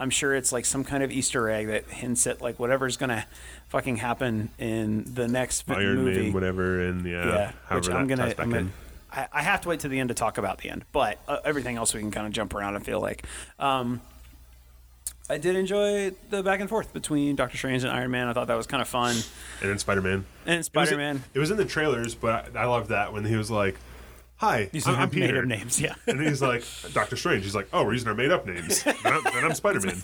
A: I'm sure it's like some kind of Easter egg that hints at like whatever's gonna fucking happen in the next vi-
B: Iron
A: movie.
B: Man, whatever, and yeah, however
A: which
B: that
A: I'm gonna,
B: ties back
A: I'm gonna
B: in.
A: I, I have to wait to the end to talk about the end, but uh, everything else we can kind of jump around. I feel like. Um, I did enjoy the back and forth between Doctor Strange and Iron Man. I thought that was kind of fun.
B: And then Spider Man.
A: And Spider-Man.
B: It, was in the trailers, but I, I loved that when he was like, "Hi,
A: These
B: I'm,
A: are
B: I'm Peter."
A: made-up names, yeah.
B: and he's like, "Doctor Strange." He's like, "Oh, we're using our made-up names." And I'm, then I'm Spider Man.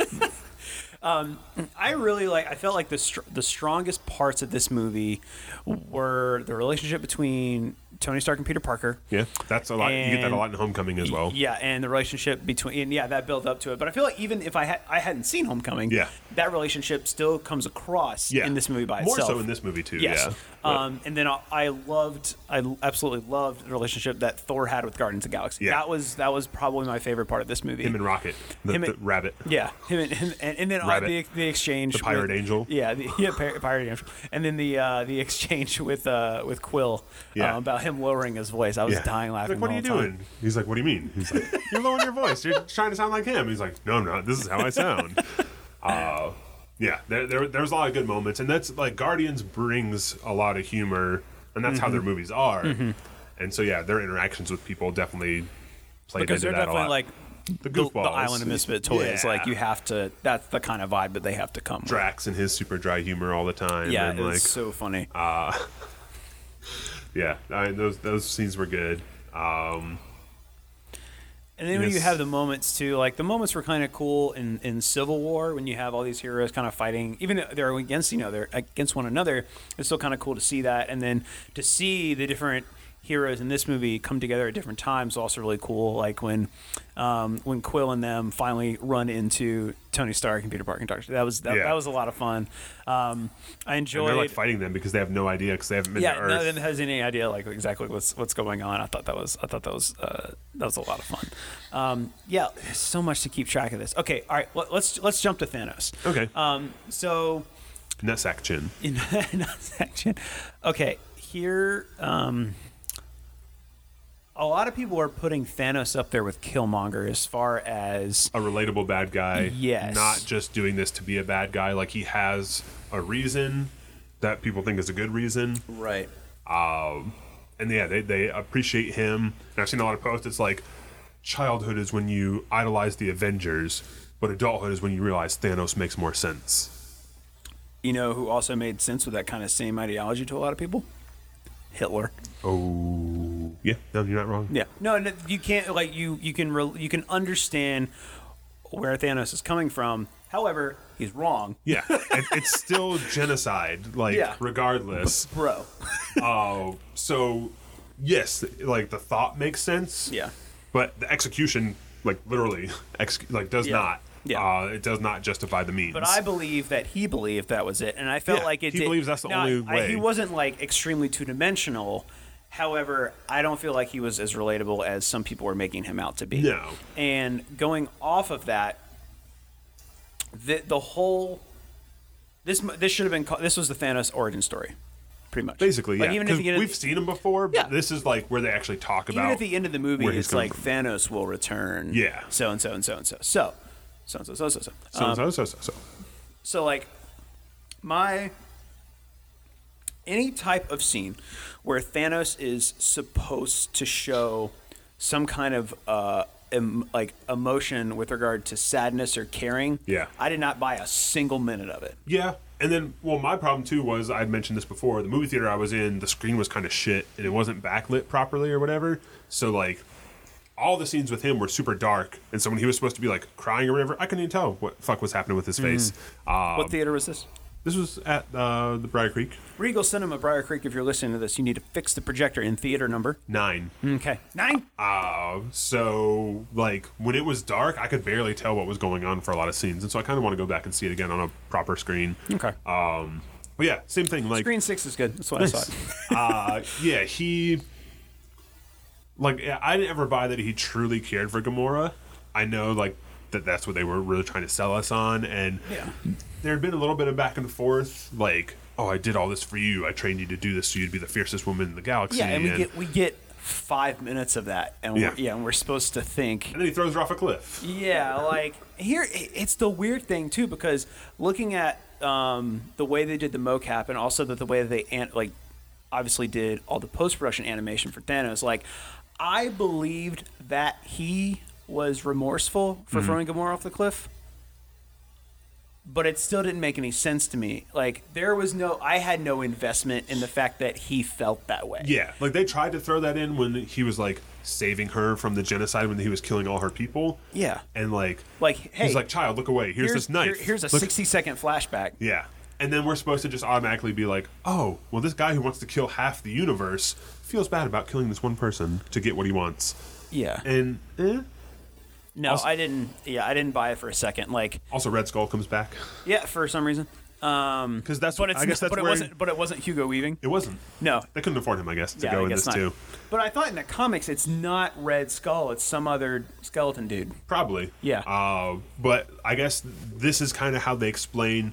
A: Um, I really like. I felt like the str- the strongest parts of this movie were the relationship between Tony Stark and Peter Parker.
B: Yeah, that's a lot. you get that
A: And-
B: a lot in Homecoming as well.
A: Yeah, and the relationship between and yeah that built up to it. But I feel like even if I had I hadn't seen Homecoming,
B: Yeah.
A: that relationship still comes across
B: Yeah.
A: in this movie by
B: More
A: itself.
B: so in this movie, too,
A: Yes.
B: yeah.
A: Um, and then I- I loved, I absolutely loved the relationship that Thor had with Guardians of the Galaxy.
B: Yeah.
A: That was that was probably my favorite part of this movie.
B: Him and Rocket, the,
A: Him
B: the
A: and-
B: rabbit.
A: Yeah, him and, him and, and then uh,
B: Rabbit.
A: the, the exchange,
B: The pirate
A: with-
B: angel.
A: Yeah, the, yeah, pir- pirate angel, and then the uh, the exchange with uh, with Quill uh,
B: Yeah.
A: about him him lowering his voice. I was
B: Yeah.
A: dying laughing.
B: Like, what
A: the
B: are you
A: whole time.
B: doing? He's like, what do you mean? He's like, you're lowering your voice. You're trying to sound like him. He's like, no, I'm not. This is how I sound. uh, yeah, there, there, there's a lot of good moments, and that's like Guardians brings a lot of humor, and that's how their
A: Mhm.
B: movies are.
A: Mhm.
B: And so, yeah, their interactions with people definitely played
A: because
B: into
A: they're
B: that a
A: definitely
B: lot.
A: like the
B: the goofballs.
A: Island of Misfit Toys.
B: Yeah.
A: Like you have to. That's the kind of vibe that they have to come. with.
B: Drax and his super dry humor all the time.
A: Yeah,
B: and,
A: it's
B: like,
A: so funny.
B: Uh, yeah, I, those those scenes were good. Um,
A: And then when you
B: Yes.
A: have the moments too, like the moments were kind of cool in, in Civil War when you have all these heroes kind of fighting, even though they're against you know they're against one another. It's still kind of cool to see that, and then to see the different heroes in this movie come together at different times is also really cool. Like when um, when Quill and them finally run into Tony Stark and Peter Parker and Doctor. Strange. That was that,
B: Yeah.
A: that was a lot of fun. Um, I
B: and
A: enjoyed.
B: they're like fighting them because they have no idea because they haven't been
A: yeah,
B: to Earth.
A: none of them has any idea like exactly what's what's going on. I thought that was I thought that was uh, that was a lot of fun. Um, yeah, there's so much to keep track of this. Okay, all right, let, let's let's jump to Thanos.
B: Okay.
A: Um, so
B: Nutsack chin.
A: in that section, okay, here um, a lot of people are putting Thanos up there with Killmonger as far as
B: a relatable bad guy.
A: Yes.
B: Not just doing this to be a bad guy. Like he has a reason that people think is a good reason.
A: Right.
B: Um, and yeah, they, they appreciate him. And I've seen a lot of posts. It's like childhood is when you idolize the Avengers, but adulthood is when you realize Thanos makes more sense.
A: you know who also made sense with that kind of same ideology to a lot of people, Hitler.
B: Oh, yeah. No, you're not wrong.
A: Yeah. No, no you can't like you you can re- you can understand where Thanos is coming from. However, he's wrong.
B: Yeah, it, it's still genocide, like
A: Yeah.
B: regardless,
A: bro.
B: Oh, so yes, like the thought makes sense.
A: Yeah,
B: but the execution, like literally, ex- like does
A: Yeah.
B: not. Yeah, uh, it does not justify the means.
A: But I believe that he believed that was it, and I felt
B: Yeah,
A: like it.
B: he
A: did-
B: believes that's the
A: Now,
B: only
A: I- he
B: way.
A: wasn't like extremely two dimensional. However, I don't feel like he was as relatable as some people were making him out to be.
B: No.
A: And going off of that, the the whole this mu- this should have been called, this was the Thanos origin story, pretty much.
B: Basically,
A: Like,
B: yeah,
A: Even if
B: 'cause
A: you get
B: we've seen him before, but this is like where they actually talk about.
A: even at the end of the movie,
B: where he's
A: it's
B: coming
A: like Thanos will return.
B: Yeah.
A: So and so and so and so. So, so and so so so so.
B: So,
A: Um,
B: so, so, so, so.
A: so like my any type of scene where Thanos is supposed to show some kind of uh em- like emotion with regard to sadness or caring.
B: Yeah.
A: I did not buy a single minute of it.
B: Yeah. And then, well, my problem too was I'd mentioned this before. The movie theater I was in, the screen was kind of shit and it wasn't backlit properly or whatever. So, like, all the scenes with him were super dark. And so when he was supposed to be, like, crying or whatever, I couldn't even tell what fuck was happening with his
A: Mm-hmm.
B: face. Um,
A: what theater was this?
B: This was at uh, the Briar Creek.
A: Regal Cinema Briar Creek. If you're listening to this, you need to fix the projector in theater number
B: Nine.
A: Okay. Nine.
B: Uh, so, like, when it was dark, I could barely tell what was going on for a lot of scenes. And so I kind of want to go back and see it again on a proper screen.
A: Okay.
B: Um, but yeah, same thing. Like,
A: Screen six is good. That's what I saw. It.
B: uh, yeah, he. Like, yeah, I didn't ever buy that he truly cared for Gamora. I know, like, that that's what they were really trying to sell us on. And there had been a little bit of back and forth, like, oh, I did all this for you. I trained you to do this so you'd be the fiercest woman in the galaxy.
A: Yeah, and we get we get five minutes of that, and
B: Yeah.
A: We're, yeah, and we're supposed to think. And
B: then he throws her off a cliff.
A: Yeah, like here, i- it's the weird thing too because looking at um, the way they did the mocap and also that the way that they an- like obviously did all the post production animation for Thanos, like I believed that he was remorseful for
K: Mhm.
A: throwing Gamora off the cliff. But it still didn't make any sense to me. Like there was no, I had no investment in the fact that he felt that way.
B: Yeah, like they tried to throw that in when he was like saving her from the genocide when he was killing all her people.
A: Yeah.
B: and like,
A: Like, hey,
B: he's like, child, look away. Here's, this knife.
A: here- here's a
B: Look-
A: 60 second flashback.
B: Yeah, and then we're supposed to just automatically be like, oh, well, this guy who wants to kill half the universe feels bad about killing this one person to get what he wants.
A: Yeah.
B: and eh.
A: No, I didn't. Yeah, I didn't buy it for a second. Like,
B: also Red Skull comes back.
A: yeah, for some reason. Um,
B: because that's
A: but it's
B: I guess
A: not-
B: that's
A: but
B: where-
A: it wasn't. But it wasn't Hugo Weaving.
B: It wasn't.
A: No,
B: they couldn't afford him. I guess to
A: Yeah, I
B: go in
A: guess not.
B: this too.
A: But I thought in the comics it's not Red Skull. It's some other skeleton dude.
B: Probably.
A: Yeah.
B: Uh, but I guess this is kind of how they explain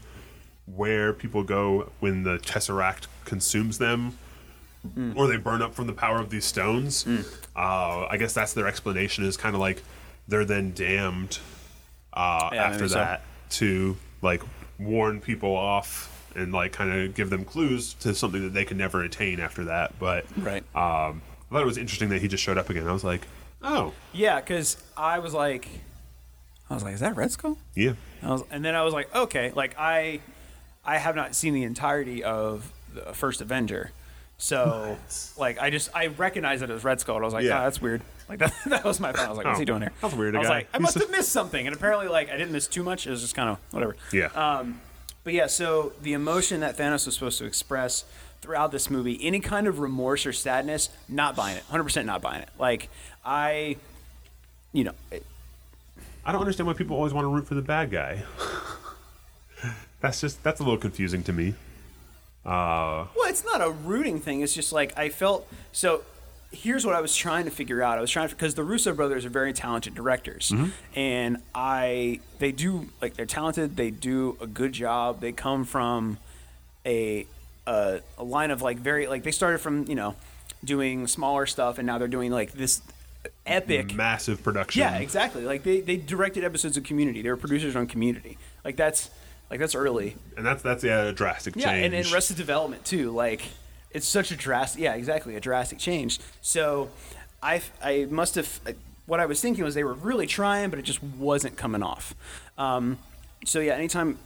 B: where people go when the Tesseract consumes them
A: Hmm.
B: or they burn up from the power of these stones. Uh, I guess that's their explanation. Is kind of like they're then damned uh,
A: Yeah,
B: after
A: maybe so.
B: that to like warn people off and like kind of give them clues to something that they can never attain after that. But
A: Right.
B: um, I thought it was interesting that he just showed up again. I was like, oh
A: Yeah, because I was like, I was like, is that Red Skull?
B: yeah,
A: I was, and then I was like, okay, like I, I have not seen the entirety of the first Avenger, so like I just I recognized that it was Red Skull. And I was like,
B: Yeah.
A: yeah, that's weird. Like that, that was my thought. I was like, what's
B: Oh,
A: he doing here?
B: that's weird,
A: I
B: a
A: was
B: guy.
A: like, I must have missed something, and apparently, like I didn't miss too much. It was just kind of whatever.
B: yeah.
A: Um, but yeah, so the emotion that Thanos was supposed to express throughout this movie, any kind of remorse or sadness, not buying it. 100% not buying it. Like, I, you know, it-
B: I don't understand why people always want to root for the bad guy. that's just that's a little confusing to me. Uh,
A: well, it's not a rooting thing. It's just like, I felt so. Here's what I was trying to figure out. I was trying to, because the Russo brothers are very talented directors, and I, they do like they're talented. They do a good job. They come from a, a a line of like very like they started from you know doing smaller stuff and now they're doing like this epic
B: massive production.
A: yeah exactly like they, they directed episodes of community they were producers on community like that's like that's early
B: and that's that's yeah, a drastic
A: yeah
B: change.
A: and in arrested development too like it's such a drastic yeah exactly a drastic change so i i must have uh, what i was thinking was they were really trying but it just wasn't coming off um, so yeah anytime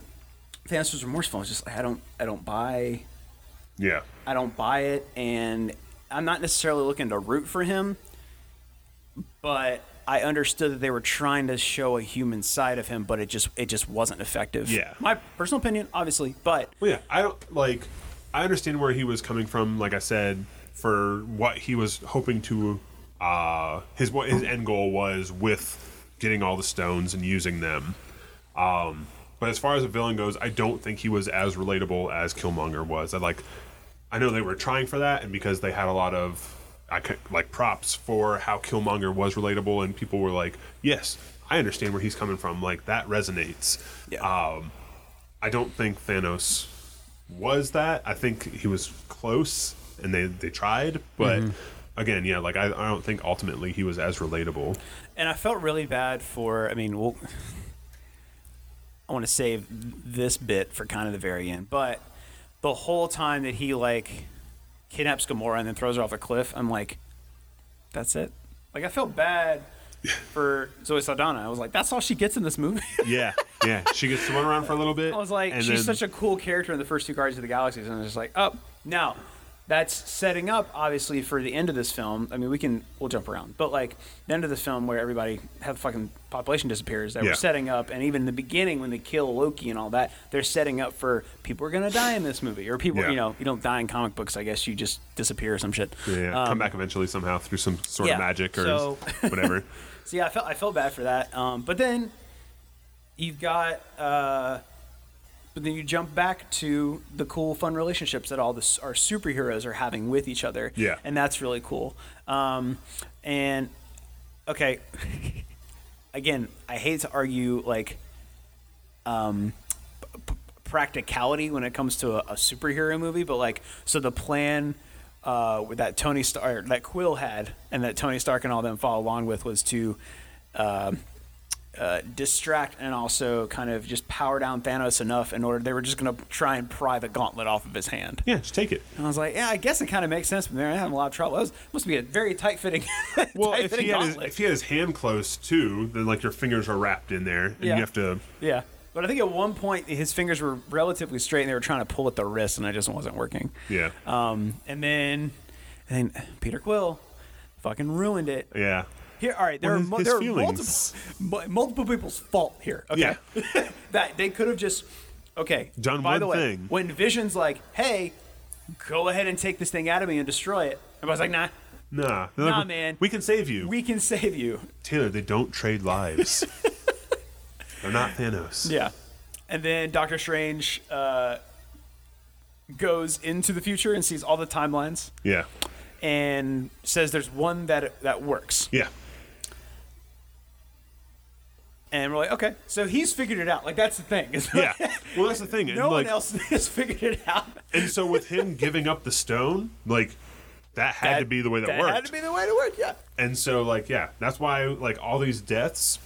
A: Thanos was remorseful I was just like i don't i don't buy
B: yeah,
A: I don't buy it, and I'm not necessarily looking to root for him, but I understood that they were trying to show a human side of him, but it just it just wasn't effective.
B: Yeah.
A: my personal opinion, obviously, but
B: well, yeah. I don't like. I understand where he was coming from. Like I said, for what he was hoping to, uh, his what his end goal was with getting all the stones and using them. Um, but as far as a villain goes, I don't think he was as relatable as Killmonger was. I like, I know they were trying for that, and because they had a lot of I ca- like props for how Killmonger was relatable, and people were like, "Yes, I understand where he's coming from. Like that resonates."
A: Yeah.
B: Um, I don't think Thanos was that. I think he was close, and they they tried, but.
A: Mm-hmm.
B: Again, yeah, like I, I don't think ultimately he was as relatable.
A: and I felt really bad for. I mean, well, I want to save this bit for kind of the very end, but the whole time that he like kidnaps Gamora and then throws her off a cliff, I'm like, that's it. Like I felt bad for Zoe Saldana. I was like, that's all she gets in this movie.
B: Yeah, yeah. She gets thrown around for a little bit.
A: I was like,
B: and
A: she's
B: then-
A: such a cool character in the first two Guardians of the Galaxies, and I was just like, oh, now that's setting up obviously for the end of this film. I mean, we can we'll jump around, but like the end of the film where everybody have fucking population disappears. That
B: Yeah.
A: we're setting up, and even in the beginning when they kill Loki and all that, they're setting up for people are gonna die in this movie, or people
B: Yeah.
A: you know you don't die in comic books. I guess you just disappear or some shit.
B: Yeah, yeah,
A: Um,
B: come back eventually somehow through some sort
A: yeah,
B: of magic or
A: so-
B: whatever.
A: So yeah, I felt I felt bad for that. Um, but then you've got, uh, but then you jump back to the cool, fun relationships that all the s- our superheroes are having with each other.
B: Yeah.
A: and that's really cool. Um, and okay, again, I hate to argue like um, p- p- practicality when it comes to a, a superhero movie, but like, so the plan uh, with that Tony Stark, that Quill had, and that Tony Stark and all them follow along with was to um uh, distract and also kind of just power down Thanos enough in order they were just going to try and pry the gauntlet off of his hand.
B: yeah, just take it.
A: And I was like, yeah, I guess it kind of makes sense from there. I had a lot of trouble. That was, must be a very tight fitting.
B: Well,
A: tight
B: if he, had his, if he had his hand closed too, then like your fingers are wrapped in there, and
A: Yeah.
B: you have to.
A: Yeah. But I think at one point his fingers were relatively straight and they were trying to pull at the wrist and it just wasn't working.
B: Yeah.
A: Um, and then and then Peter Quill fucking ruined it.
B: Yeah.
A: Here, all right, there are,
B: Well, his-
A: mul-
B: his
A: there are
B: feelings.
A: multiple, mu- multiple people's fault here. Okay. that they could have just okay.
B: Done
A: by
B: one
A: the way,
B: thing.
A: When Vision's like, "Hey, go ahead and take this thing out of me and destroy it," everybody's like, "Nah,
B: Nah. They're
A: Nah,
B: like,
A: man.
B: We can save you,
A: we can save you."
B: Taylor. They don't trade lives. They're not Thanos.
A: Yeah. And then Doctor Strange uh, goes into the future and sees all the timelines
B: Yeah.
A: and says there's one that that works.
B: Yeah.
A: And we're like, okay, so he's figured it out. Like that's the thing. It's
B: Yeah.
A: like,
B: Well, that's the thing. and,
A: no
B: like,
A: one else has figured it out.
B: And so with him giving up the stone, like that had to be the way that, worked.
K: had to be the way to work. Yeah.
B: and so like yeah that's why like all these deaths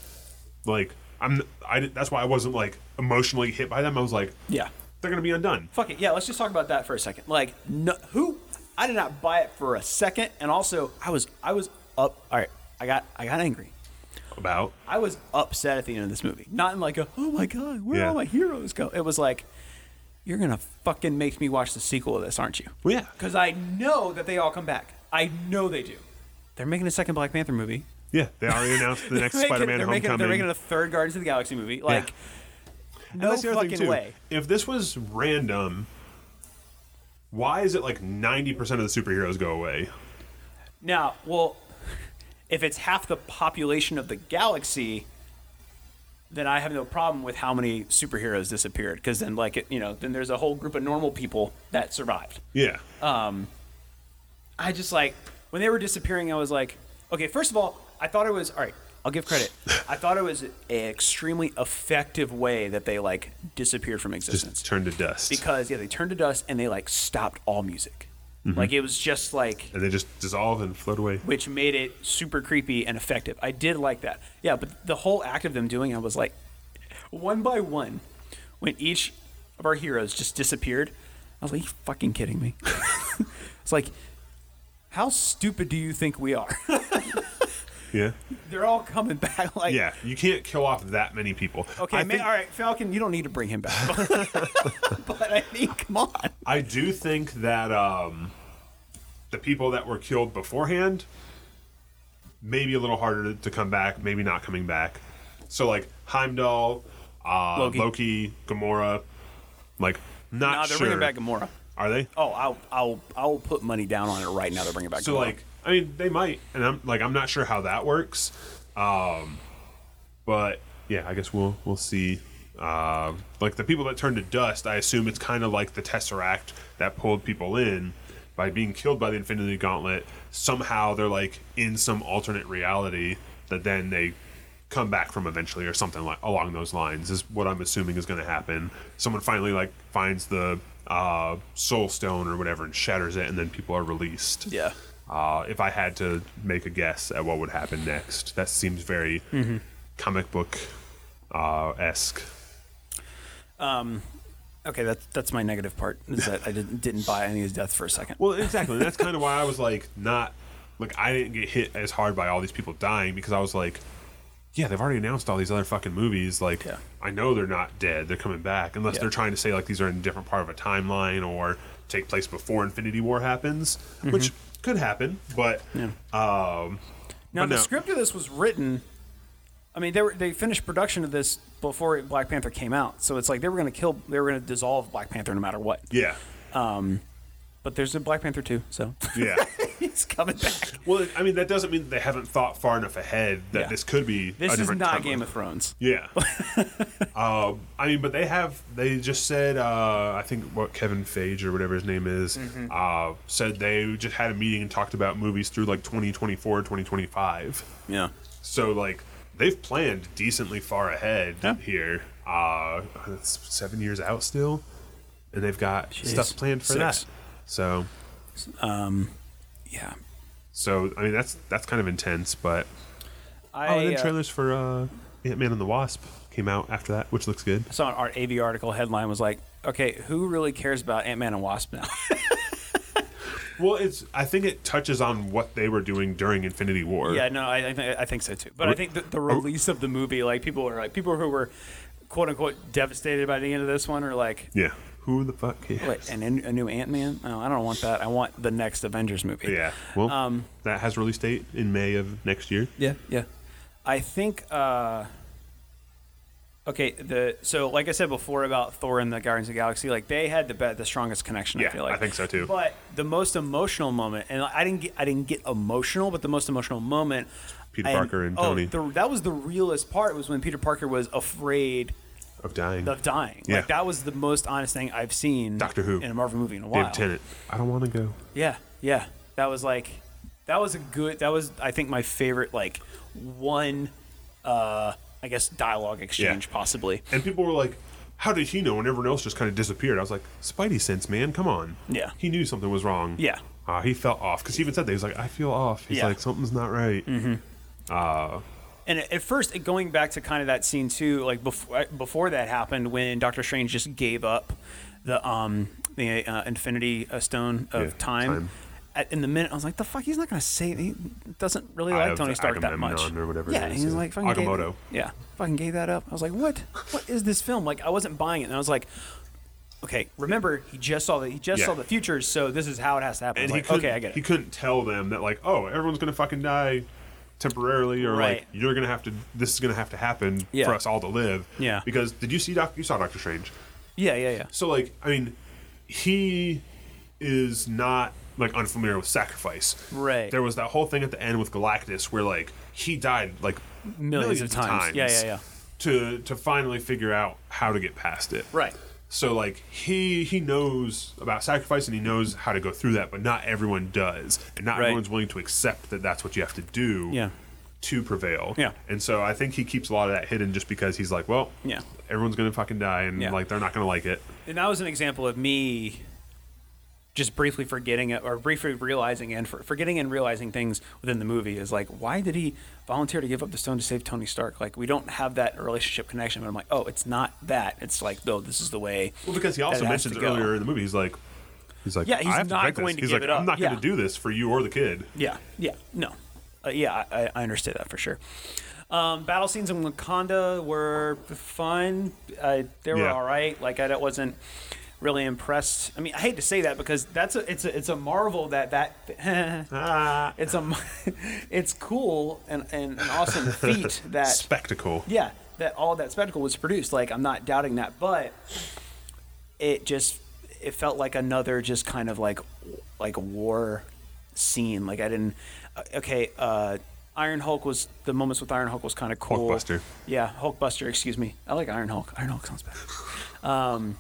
B: like i'm I, didn't- that's why i wasn't like emotionally hit by them i was like
A: yeah
B: they're gonna be undone
A: Fuck it. Yeah, let's just talk about that for a second. Like, no, who? I did not buy it for a second, and also I was I was up. All right, I got I got angry.
B: About
A: I was upset at the end of this movie. Not in like a oh my god, where
B: Yeah.
A: all my heroes go. It was like you're gonna fucking make me watch the sequel of this, aren't you?
B: Well, yeah,
A: because I know that they all come back. I know they do. They're making a second Black Panther movie.
B: yeah they already announced the next
A: They're making-
B: spider-man
A: they're
B: homecoming
A: Making, they're making a third Guardians of the Galaxy movie. Like,
B: And
A: no
B: that's the other thing,
A: fucking
B: too.
A: way.
B: If this was random, why is it like ninety percent of the superheroes go away?
A: Now, well, if it's half the population of the galaxy, then I have no problem with how many superheroes disappeared. Because then, like, it, you know, then there's a whole group of normal people that survived.
B: Yeah.
A: Um, I just like when they were disappearing, I was like, okay, first of all, I thought it was all right. I'll give credit. I thought it was an extremely effective way that they like disappeared from existence.
B: Turned to dust.
A: Because yeah, they turned to dust and they like stopped all music.
B: Mhm.
A: Like it was just like
B: And they just dissolve and float away.
A: which made it super creepy and effective. I did like that. Yeah, but the whole act of them doing it was like one by one, when each of our heroes just disappeared, I was like, you fucking kidding me. it's like, how stupid do you think we are?
B: Yeah.
A: They're all coming back. Like,
B: yeah. You can't kill off that many people.
A: okay,
B: I
A: man, all right, Falcon, you don't need to bring him back. but I mean, come on.
B: I do think that um, the people that were killed beforehand maybe a little harder to come back, maybe not coming back. So like Heimdall, uh,
A: Loki.
B: Loki. Gamora, like not
A: nah, they're
B: sure.
A: bringing back Gamora.
B: Are they?
A: Oh, I'll, I'll, I'll put money down on it right now. They're bringing back
B: So
A: Gamora.
B: like, I mean, they might, and I'm like, I'm not sure how that works. Um, but yeah, I guess we'll we'll see. Um, like the people that turn to dust, I assume it's kind of like the Tesseract that pulled people in by being killed by the Infinity Gauntlet. Somehow they're like in some alternate reality that then they come back from eventually or something like along those lines is what I'm assuming is going to happen. Someone finally like finds the uh, soul stone or whatever and shatters it, and then people are released.
A: Yeah.
B: Uh, if I had to make a guess at what would happen next, that seems very
A: Mhm.
B: comic book uh, esque.
A: Um, okay, that's that's my negative part is that I didn't didn't buy any of his deaths for a second.
B: Well, exactly. That's kind of why I was like, not like I didn't get hit as hard by all these people dying because I was like, yeah, they've already announced all these other fucking movies. Like, I know they're not dead; they're coming back, unless
A: Yeah.
B: they're trying to say like these are in a different part of a timeline or take place before Infinity War happens, which could happen. But um,
A: now
B: but
A: the
B: no.
A: script of this was written. I mean, they were they finished production of this before Black Panther came out, so it's like they were going to kill, they were going to dissolve Black Panther no matter what.
B: yeah,
A: Um, but there's a Black Panther too, so
B: yeah.
A: he's coming back.
B: Well, I mean, that doesn't mean that they haven't thought far enough ahead that
A: Yeah.
B: this could be.
A: This
B: a
A: is
B: different
A: not
B: timeline.
A: Game of Thrones.
B: Yeah. um, I mean, but they have. They just said. Uh, I think what Kevin Feige or whatever his name is
A: Mhm.
B: uh, said they just had a meeting and talked about movies through like 2024, 2025.
A: Yeah.
B: So like they've planned decently far ahead here. Uh, it's seven years out still, and they've got
A: Jeez.
B: stuff planned for
A: Six.
B: that. So,
A: um, yeah.
B: So I mean, that's that's kind of intense, but
A: I,
B: oh, and then
A: uh,
B: trailers for uh, Ant Man and the Wasp came out after that, which looks good.
A: So our AV article headline was like, okay, who really cares about Ant Man and Wasp now?
B: Well, it's I think it touches on what they were doing during Infinity War.
A: yeah, no, I, I, th- I think so too. But I think the, the release of the movie, like people are like people who were quote unquote devastated by the end of this one are like,
B: Yeah. Who the fuck? Cares?
A: wait, and a new Ant Man? Oh, I don't want that. I want the next Avengers movie.
B: Yeah. Well,
A: um,
B: that has release date in May of next year.
A: Yeah. Yeah. I think. Uh, okay. The so like I said before about Thor and the Guardians of the Galaxy, like they had the be- the strongest connection. I
B: Yeah,
A: feel like
B: I think so, too.
A: But the most emotional moment, and I didn't get I didn't get emotional, but the most emotional moment.
B: Peter Parker and
A: oh,
B: Tony.
A: the- that was the realest part was when Peter Parker was afraid
B: Of dying.
A: of dying.
B: Yeah.
A: Like that was the most honest thing I've seen Doctor Who in a Marvel movie in a while.
B: David Tennant. I don't want to go.
A: Yeah, yeah. That was like that was a good that was I think my favorite like one uh I guess dialogue exchange possibly.
B: And people were like, "How did he know?" And everyone else just kind of disappeared. I was like, "Spidey sense, man. Come on.
A: Yeah.
B: He knew something was wrong.
A: Yeah.
B: Uh, he felt off because he even said that he was like, "I feel off." He's
A: Yeah.
B: like, "Something's not right."
A: Mhm.
B: Uh,
A: And at first, it- going back to kind of that scene too, like before before that happened, when Doctor Strange just gave up the um the uh, Infinity uh, Stone of
B: Yeah,
A: time.
B: time.
A: At, in the minute, I was like, "The fuck, he's not gonna say he doesn't really
B: Eye
A: like
B: of
A: Tony Stark that
B: Agamemnon
A: much."
B: or whatever it
A: yeah,
B: is,
A: he's
B: yeah.
A: like fucking gave-
B: Agamotto.
A: yeah, fucking gave that up. I was like, "What? What is this film?" Like, I wasn't buying it, and I was like. Okay, remember he just saw the he just
B: Yeah.
A: saw the future, so this is how it has to happen. I
B: and
A: was
B: he
A: like,
B: couldn't,
A: okay, I get it.
B: He couldn't tell them that like, oh, everyone's gonna fucking die temporarily, or
A: Right.
B: like you're gonna have to. This is gonna have to happen
A: Yeah.
B: for us all to live.
A: Yeah.
B: Because did you see Doc? You saw Doctor Strange.
A: Yeah, yeah, yeah.
B: So like, I mean, he is not like unfamiliar with sacrifice.
A: Right.
B: There was that whole thing at the end with Galactus where like he died like
A: Millions of times. Yeah, yeah, yeah.
B: To to finally figure out how to get past it.
A: Right.
B: So like he he knows about sacrifice and he knows how to go through that, but not everyone does, and not
A: Right.
B: everyone's willing to accept that that's what you have to do.
A: Yeah.
B: To prevail.
A: Yeah.
B: And so I think he keeps a lot of that hidden just because he's like, well,
A: Yeah.
B: everyone's gonna fucking die, and
A: Yeah.
B: like they're not gonna like it.
A: And that was an example of me just briefly forgetting it or briefly realizing and for, forgetting and realizing things within the movie is like, why did he volunteer to give up the stone to save Tony Stark? Like, we don't have that relationship connection. But I'm like, oh, it's not that. It's like, no, this is the way.
B: Well, because he
A: that
B: also
A: it has
B: mentions
A: to go.
B: earlier in the movie, he's like, he's like,
A: Yeah, he's
B: I have
A: not
B: break this."
A: going to
B: He's
A: give
B: like,
A: it up.
B: I'm not
A: Yeah.
B: going to do this for you or the kid.
A: Yeah, yeah, no, uh, yeah, I, I- I understood that for sure. Um, battle scenes in Wakanda were fun. Uh, they were
B: Yeah.
A: all right. Like I don't- wasn't really impressed. I mean, I hate to say that because that's a, it's a, it's a marvel that that it's a it's cool and, and an awesome feat that
B: spectacle.
A: yeah, that all that spectacle was produced. Like I'm not doubting that, but it just it felt like another just kind of like like war scene. Like I didn't uh, okay. uh Iron Hulk was the moments with Iron Hulk was kind of cool.
B: Hulkbuster.
A: yeah, Hulkbuster. Excuse me, I like Iron Hulk. Iron Hulk sounds better. Um,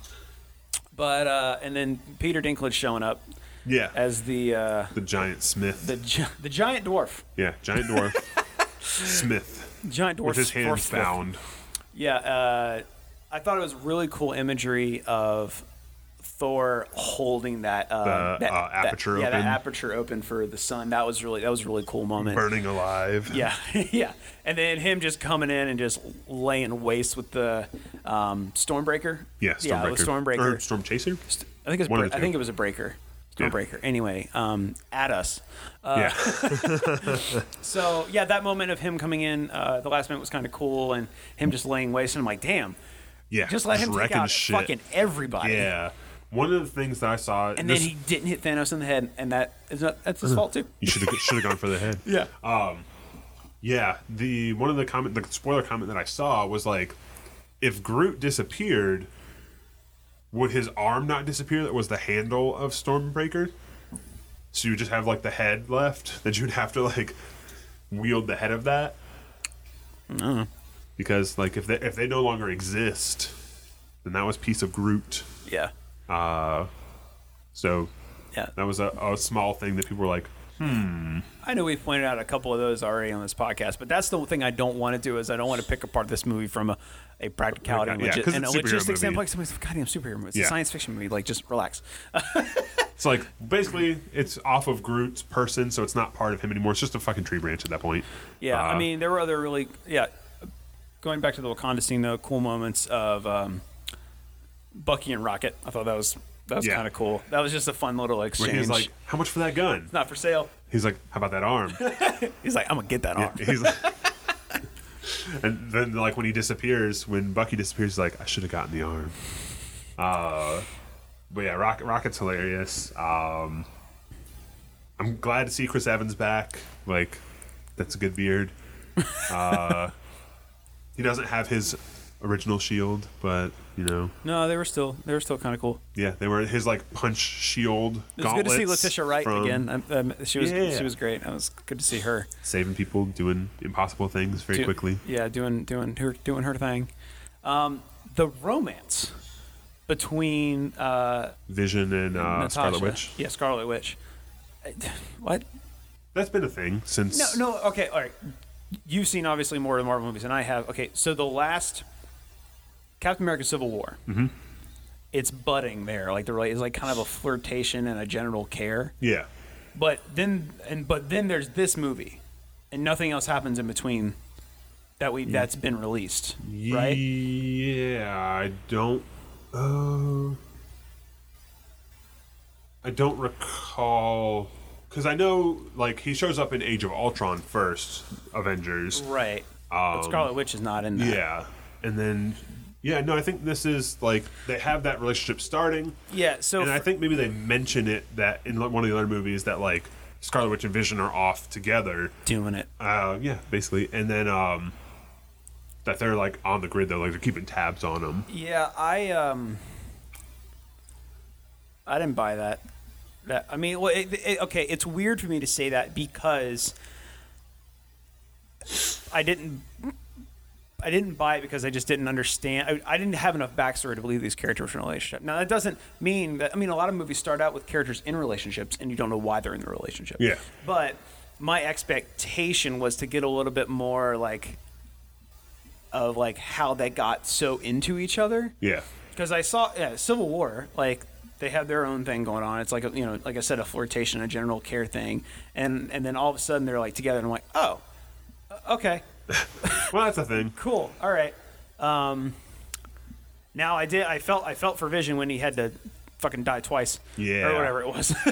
A: but uh, and then Peter Dinklage showing up.
B: Yeah.
A: as the uh,
B: The giant Smith.
A: the gi- the giant dwarf.
B: yeah, giant dwarf Smith.
A: Giant dwarf
B: with his hands
A: dwarf.
B: bound.
A: Yeah, uh, I thought it was really cool imagery of Thor holding that, uh,
B: The,
A: that
B: uh,
A: that-
B: aperture
A: yeah, that
B: open.
A: aperture open for the sun. That was really that was a really cool moment.
B: Burning alive.
A: Yeah, yeah, and then him just coming in and just laying waste with the um, Stormbreaker.
B: Yeah, Stormbreaker.
A: yeah, with Stormbreaker.
B: Or Storm Chaser?
A: I think it was
B: One
A: bra-
B: of the
A: I
B: two.
A: think it was a breaker.
B: Yeah.
A: Stormbreaker. Anyway, um, at us. Uh,
B: Yeah.
A: so yeah, that moment of him coming in, uh, the last minute was kind of cool, and him just laying waste. And I'm like, damn.
B: Yeah,
A: Just let him take
B: wrecking
A: out
B: shit.
A: fucking everybody.
B: Yeah. One of the things that I saw.
A: And
B: this- Mm-hmm.
A: then he didn't hit Thanos in the head, and that is not, that's his fault too. Uh,
B: You should have should have gone for the head.
A: Yeah.
B: Um, yeah. The one of the comment, the spoiler comment that I saw was like, if Groot disappeared, would his arm not disappear? That was the handle of Stormbreaker. So you just have like the head left. That you'd have to like wield the head of that.
A: No.
B: Because like if they if they no longer exist, then that was piece of Groot.
A: Yeah.
B: Uh, so
A: yeah,
B: that was a, a small thing that people were like, hmm.
A: I know we've pointed out a couple of those already on this podcast, but that's the thing I don't want to do is I don't want to pick apart this movie from a, a practicality and,
B: Yeah,
A: logi-
B: 'cause
A: and a
B: it's a superhero
A: logistics
B: movie.
A: standpoint. Like somebody's goddamn superhero movie. It's a
B: Yeah.
A: science fiction movie. Like just relax.
B: It's like basically it's off of Groot's person, so it's not part of him anymore. It's just a fucking tree branch at that point.
A: Yeah, I
B: Uh,
A: mean, there were other really, yeah. Going back to the Wakanda scene, though, cool moments of um, Bucky and Rocket. I thought that was that was
B: Yeah.
A: kind of cool. That was just a fun little
B: when
A: exchange.
B: he's like, "How much for that gun?"
A: it's not for sale.
B: He's like, "How about that arm?"
A: he's like, "I'm gonna get that
B: arm." he's like, and then like when he disappears, when Bucky disappears, he's like, "I should have gotten the arm." Uh, but yeah, Rocket Rocket's hilarious. Um, I'm glad to see Chris Evans back. Like, that's a good beard. Uh, he doesn't have his original shield, but you know.
A: No, they were still they were still kind of cool.
B: Yeah, they were his like punch shield.
A: It was good to see
B: gauntlets
A: Letitia Wright
B: from
A: again. Um, um, she was
B: Yeah.
A: she was great. It was good to see her
B: Saving people, doing impossible things very
A: Do-
B: quickly.
A: Yeah, doing doing her doing her thing. Um, the romance between uh,
B: Vision and uh,
A: Natasha-
B: Scarlet Witch.
A: Yeah, Scarlet Witch. What?
B: That's been a thing since.
A: No, no. Okay, all right. You've seen obviously more of the Marvel movies than I have. Okay, so the last Captain America: Civil War,
B: Mhm.
A: it's budding there. Like the rela- it's like kind of a flirtation and a general care.
B: Yeah.
A: But then and but then there's this movie, and nothing else happens in between that we that's been released, right?
B: Yeah, I don't. Uh, I don't recall because I know like he shows up in Age of Ultron first, Avengers.
A: Right. But Scarlet Witch is not in that.
B: Yeah, and then yeah, no, I think this is like they have that relationship starting.
A: Yeah, so
B: and I
A: for-
B: think maybe they mention it that in one of the other movies that like Scarlet Witch and Vision are off together
A: doing it.
B: Uh, yeah, basically, and then um, that they're like on the grid though, like they're keeping tabs on them.
A: Yeah, I um, I didn't buy that. That I mean, well, it, it, okay, it's weird for me to say that because I didn't. I didn't buy it because I just didn't understand. I, I didn't have enough backstory to believe these characters were in a relationship. Now that doesn't mean that. I mean, a lot of movies start out with characters in relationships, and you don't know why they're in the relationship.
B: Yeah.
A: But my expectation was to get a little bit more like of like how they got so into each other.
B: Yeah.
A: Because I saw yeah, Civil War, like they have their own thing going on. It's like a, you know, like I said, a flirtation, a general care thing, and and then all of a sudden they're like together, and I'm like, oh, uh, okay,
B: Well, that's a thing.
A: cool, all right. Um, now I did, I felt, I felt for Vision when he had to fucking die twice,
B: Yeah.
A: or whatever it was.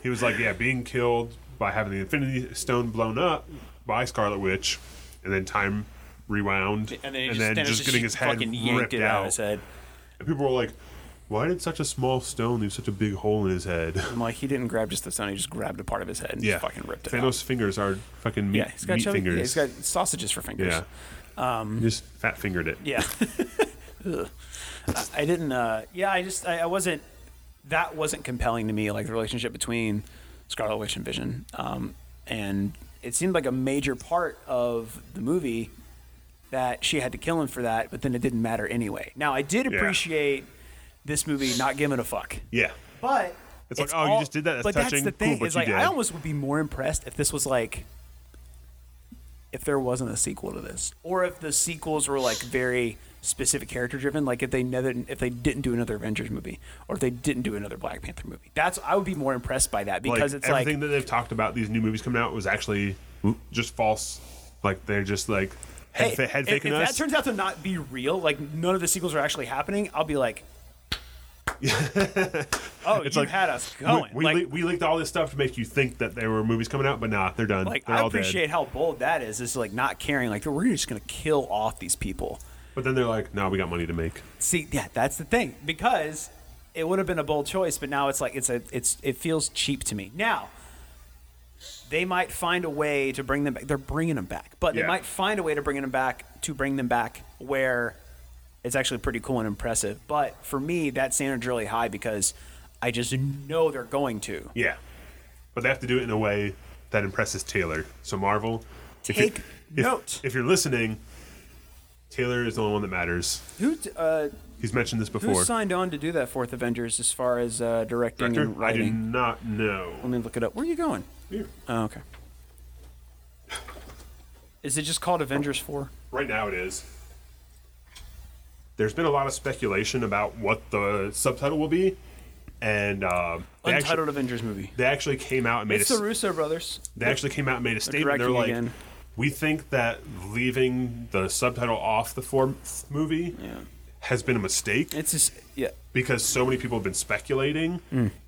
B: He was like, yeah, being killed by having the Infinity Stone blown up by Scarlet Witch, and then time rewound,
A: And then he just- then it's just
B: getting
A: she
B: his head
A: fucking yanked
B: ripped
A: it out
B: out.
A: of his head.
B: And people were like, "Why did such a small stone leave such a big hole in his head?"
A: I'm like, he didn't grab just the sun, he just grabbed a part of his head and
B: yeah,
A: just fucking ripped it. out.
B: Thanos' fingers are fucking meat,
A: Yeah, he's got
B: meat
A: chubby, yeah, he's
B: fingers.
A: got sausages for fingers. Um,
B: Yeah. He just fat fingered it.
A: Yeah. Ugh. I- I didn't. Uh, yeah, I just I, I wasn't. That wasn't compelling to me. Like the relationship between Scarlet Witch and Vision, um, and it seemed like a major part of the movie that she had to kill him for that, but then it didn't matter anyway. Now I did
B: Yeah.
A: appreciate this movie not giving a fuck.
B: Yeah.
A: But
B: It's like, oh, you just did that, that's
A: but that's
B: touching.
A: the
B: Cool,
A: thing.
B: but
A: is
B: you
A: like
B: did.
A: I almost would be more impressed if this was like if there wasn't a sequel to this, or if the sequels were like very specific character driven. Like if they never, if they didn't do another Avengers movie, or if they didn't do another Black Panther movie. That's I would be more impressed by that because
B: like,
A: it's like
B: everything that they've talked about these new movies coming out was actually just false. Like they're just like head,
A: hey,
B: fa- head
A: if-
B: faking
A: if,
B: us.
A: that turns out to not be real, like none of the sequels are actually happening, I'll be like. oh,
B: It's
A: you
B: like,
A: had us
B: We-
A: going.
B: We,
A: like,
B: leak- we leaked all this stuff to make you think that there were movies coming out, but nah, they're done.
A: Like
B: they're
A: I
B: all
A: appreciate
B: dead.
A: how bold that is. It's like not caring. Like we're just gonna kill off these people.
B: But then they're like, no, we got money to make.
A: See, yeah, that's the thing because it would have been a bold choice, but now it's like it's a it's it feels cheap to me. Now they might find a way to bring them back. They're bringing them back, but they
B: Yeah.
A: might find a way to bring them back to bring them back where it's actually pretty cool and impressive. But for me, that standard's really high because I just know they're going to
B: Yeah, but they have to do it in a way that impresses Taylor. So Marvel, if you-
A: take note.
B: If, if you're listening, Taylor is the only one that matters.
A: Who t- uh,
B: He's mentioned this
A: who
B: before.
A: signed on to do that fourth Avengers as far as uh, directing
B: Director?
A: and
B: I do
A: writing?
B: not know.
A: Let me look it up. Where are you going? Oh, okay. Is it just called Avengers 4?
B: Right now, it is. There's been a lot of speculation about what the subtitle will be, and um, they
A: Untitled
B: actually,
A: Avengers movie.
B: they actually came out and made
A: It's
B: a
A: the
B: s-
A: Russo brothers.
B: they actually came out and made a statement. They're
A: directing
B: like,
A: again.
B: we think that leaving the subtitle off the fourth movie has been a mistake
A: It's just yeah.
B: because so many people have been speculating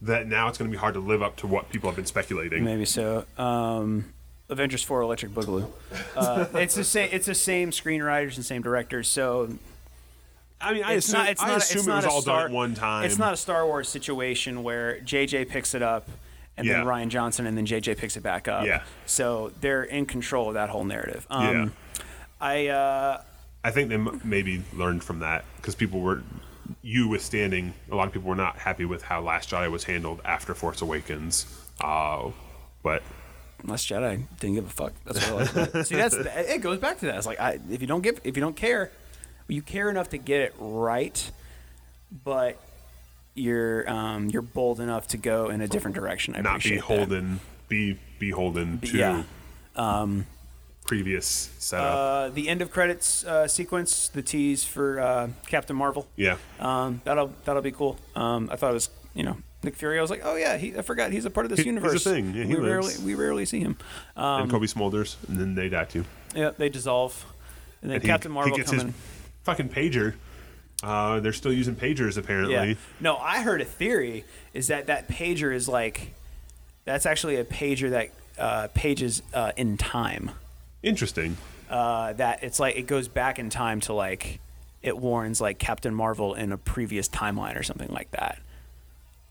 B: that now it's going to be hard to live up to what people have been speculating.
A: Hmm. Maybe so. Um, Avengers 4 Electric Boogaloo. Uh, it's the same it's the same screenwriters and same directors, so
B: I mean, I
A: it's
B: assume,
A: not it's
B: I
A: not
B: assume
A: it's
B: it
A: not
B: was
A: a
B: all
A: Star-
B: done at one time.
A: It's not a Star Wars situation where JJ picks it up and
B: Yeah.
A: then Ryan Johnson and then JJ picks it back up.
B: Yeah.
A: So they're in control of that whole narrative.
B: Yeah.
A: Um I uh
B: I think they m- maybe learned from that because people were, you withstanding, a lot of people were not happy with how Last Jedi was handled after Force Awakens. Uh, but
A: Last Jedi didn't give a fuck. That's what I like. about it. See, that's it goes back to that. It's like I, if you don't give, if you don't care, you care enough to get it right, but you're um, you're bold enough to go in a different direction. I
B: not
A: appreciate
B: beholden, be beholden
A: That.
B: to
A: Yeah.
B: previous setup.
A: Uh, the end of credits uh, sequence, the tease for uh, Captain Marvel.
B: yeah.
A: Um, that'll that'll be cool. Um, I thought it was you know Nick Fury. I was like, oh yeah, he, I forgot he's a part of this
B: He- he's a
A: universe.
B: thing. Yeah, he
A: we rarely
B: lives.
A: we rarely see him. Um,
B: and Kobe Smolders, and then they die too.
A: Yeah, they dissolve, and then
B: And he-
A: Captain
B: he
A: Marvel
B: gets
A: coming.
B: his fucking pager. Uh, they're still using pagers apparently.
A: Yeah. No, I heard a theory is that that pager is like that's actually a pager that uh, pages uh, in time.
B: Interesting.
A: Uh, that it's like it goes back in time to like it warns like Captain Marvel in a previous timeline or something like that.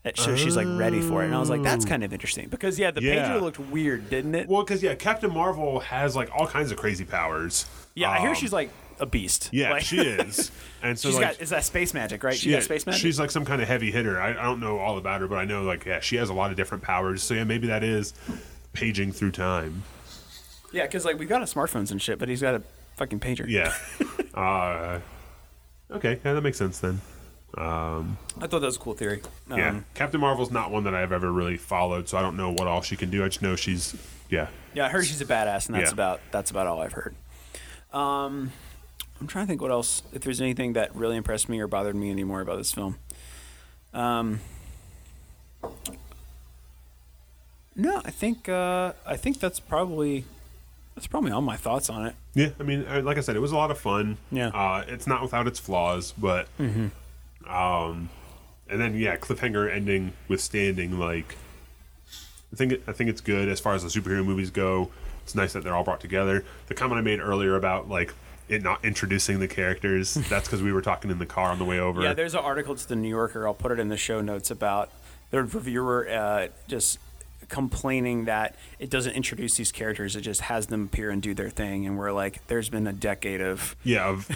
A: That shows she's like ready for it, and I was like, that's
B: Oh.
A: kind of interesting because yeah, the
B: Yeah.
A: pager looked weird, didn't it?
B: Well, because yeah, Captain Marvel has like all kinds of crazy powers.
A: Yeah, I hear
B: Um,
A: she's like a beast.
B: Yeah,
A: Like-
B: she is. And so
A: she's
B: like,
A: got is that space magic, right? She
B: yeah,
A: got space magic.
B: She's like some kind of heavy hitter. I, I don't know all about her, but I know like yeah, she has a lot of different powers. So yeah, maybe that is paging through time.
A: yeah, because like we've got a smartphones and shit, but he's got a fucking pager.
B: Yeah. uh, okay, yeah, that makes sense then. Um,
A: I thought that was a cool theory. Um,
B: yeah, Captain Marvel's not one that I've ever really followed, so I don't know what all she can do. I just know she's yeah.
A: Yeah, I heard she's a badass, and that's
B: Yeah.
A: about that's about all I've heard. Um, I'm trying to think what else. If there's anything that really impressed me or bothered me anymore about this film. Um, no, I think uh, I think that's probably that's probably all my thoughts on it.
B: Yeah, I mean, uh, like I said, it was a lot of fun.
A: Yeah.
B: uh, it's not without its flaws, but
A: Mhm.
B: um, and then yeah, cliffhanger ending with standing like. I think it- I think it's good as far as the superhero movies go. It's nice that they're all brought together. The comment I made earlier about like it not introducing the characters that's because we were talking in the car on the way over.
A: Yeah, there's an article to the New Yorker. I'll put it in the show notes about the reviewer uh, just complaining that it doesn't introduce these characters. It just has them appear and do their thing. And we're like, there's been a decade of
B: yeah, of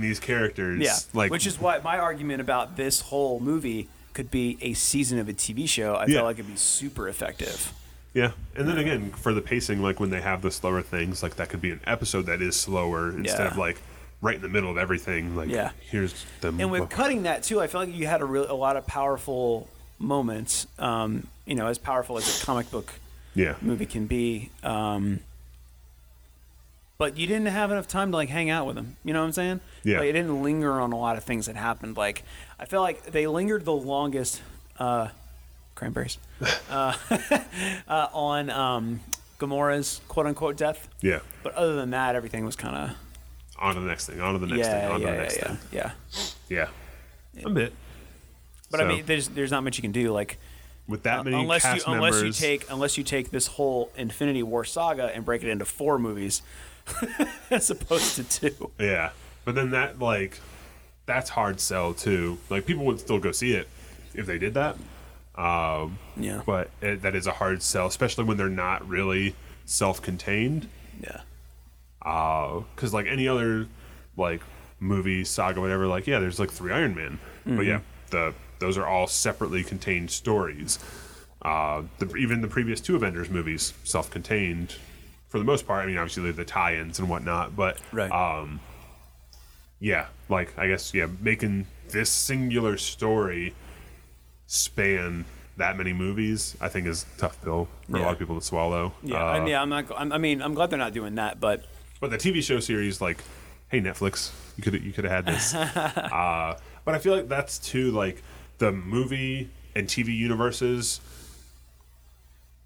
B: these characters.
A: yeah,
B: like
A: which is why my argument about this whole movie could be a season of a TV show. I
B: Yeah.
A: feel like it'd be super effective.
B: Yeah, and then again for the pacing, like when they have the slower things, like that could be an episode that is slower instead of
A: Yeah.
B: like right in the middle of everything. Like,
A: Yeah.
B: here's them.
A: And with
B: look-
A: cutting that too, I feel like you had a real a lot of powerful moments. Um, you know, as powerful as a comic book
B: Yeah.
A: movie can be. Um, but you didn't have enough time to like hang out with them. You know what I'm saying?
B: Yeah.
A: Like, it didn't linger on a lot of things that happened. Like I feel like they lingered the longest. Uh, cranberries. uh, uh, on um, Gamora's quote unquote death.
B: Yeah.
A: But other than that, everything was kind of
B: on to the next thing, on to the next
A: yeah,
B: thing, on
A: yeah,
B: to the next
A: yeah,
B: thing.
A: yeah,
B: Yeah. A bit.
A: But I
B: So-
A: mean, there's there's not much you can do like
B: With that
A: uh,
B: many
A: unless
B: cast
A: you unless
B: members-
A: you take unless you take this whole Infinity War saga and break it into four movies as opposed to two.
B: Yeah. But then that like that's hard sell too. Like people would still go see it if they did that. Um,
A: yeah.
B: But it, that is a hard sell, especially when they're not really self-contained.
A: Yeah.
B: Because like any other like movie saga, whatever. Like yeah, there's like three Iron Man, but
K: Mhm.
B: yeah,
A: Mm-hmm.
B: the those are all separately contained stories. Uh, the, even the previous two Avengers movies, self-contained for the most part. I mean, obviously they have the tie-ins and whatnot, but
A: Right.
B: um, yeah, like I guess yeah, making this singular story span that many movies, I think is a tough pill for a lot of people to swallow.
A: Yeah,
B: Uh,
A: and yeah. I'm not. I'm, I mean, I'm glad they're not doing that, but
B: but the TV show series, like, hey Netflix, you could you could have had this. uh, but I feel like that's too like the movie and TV universes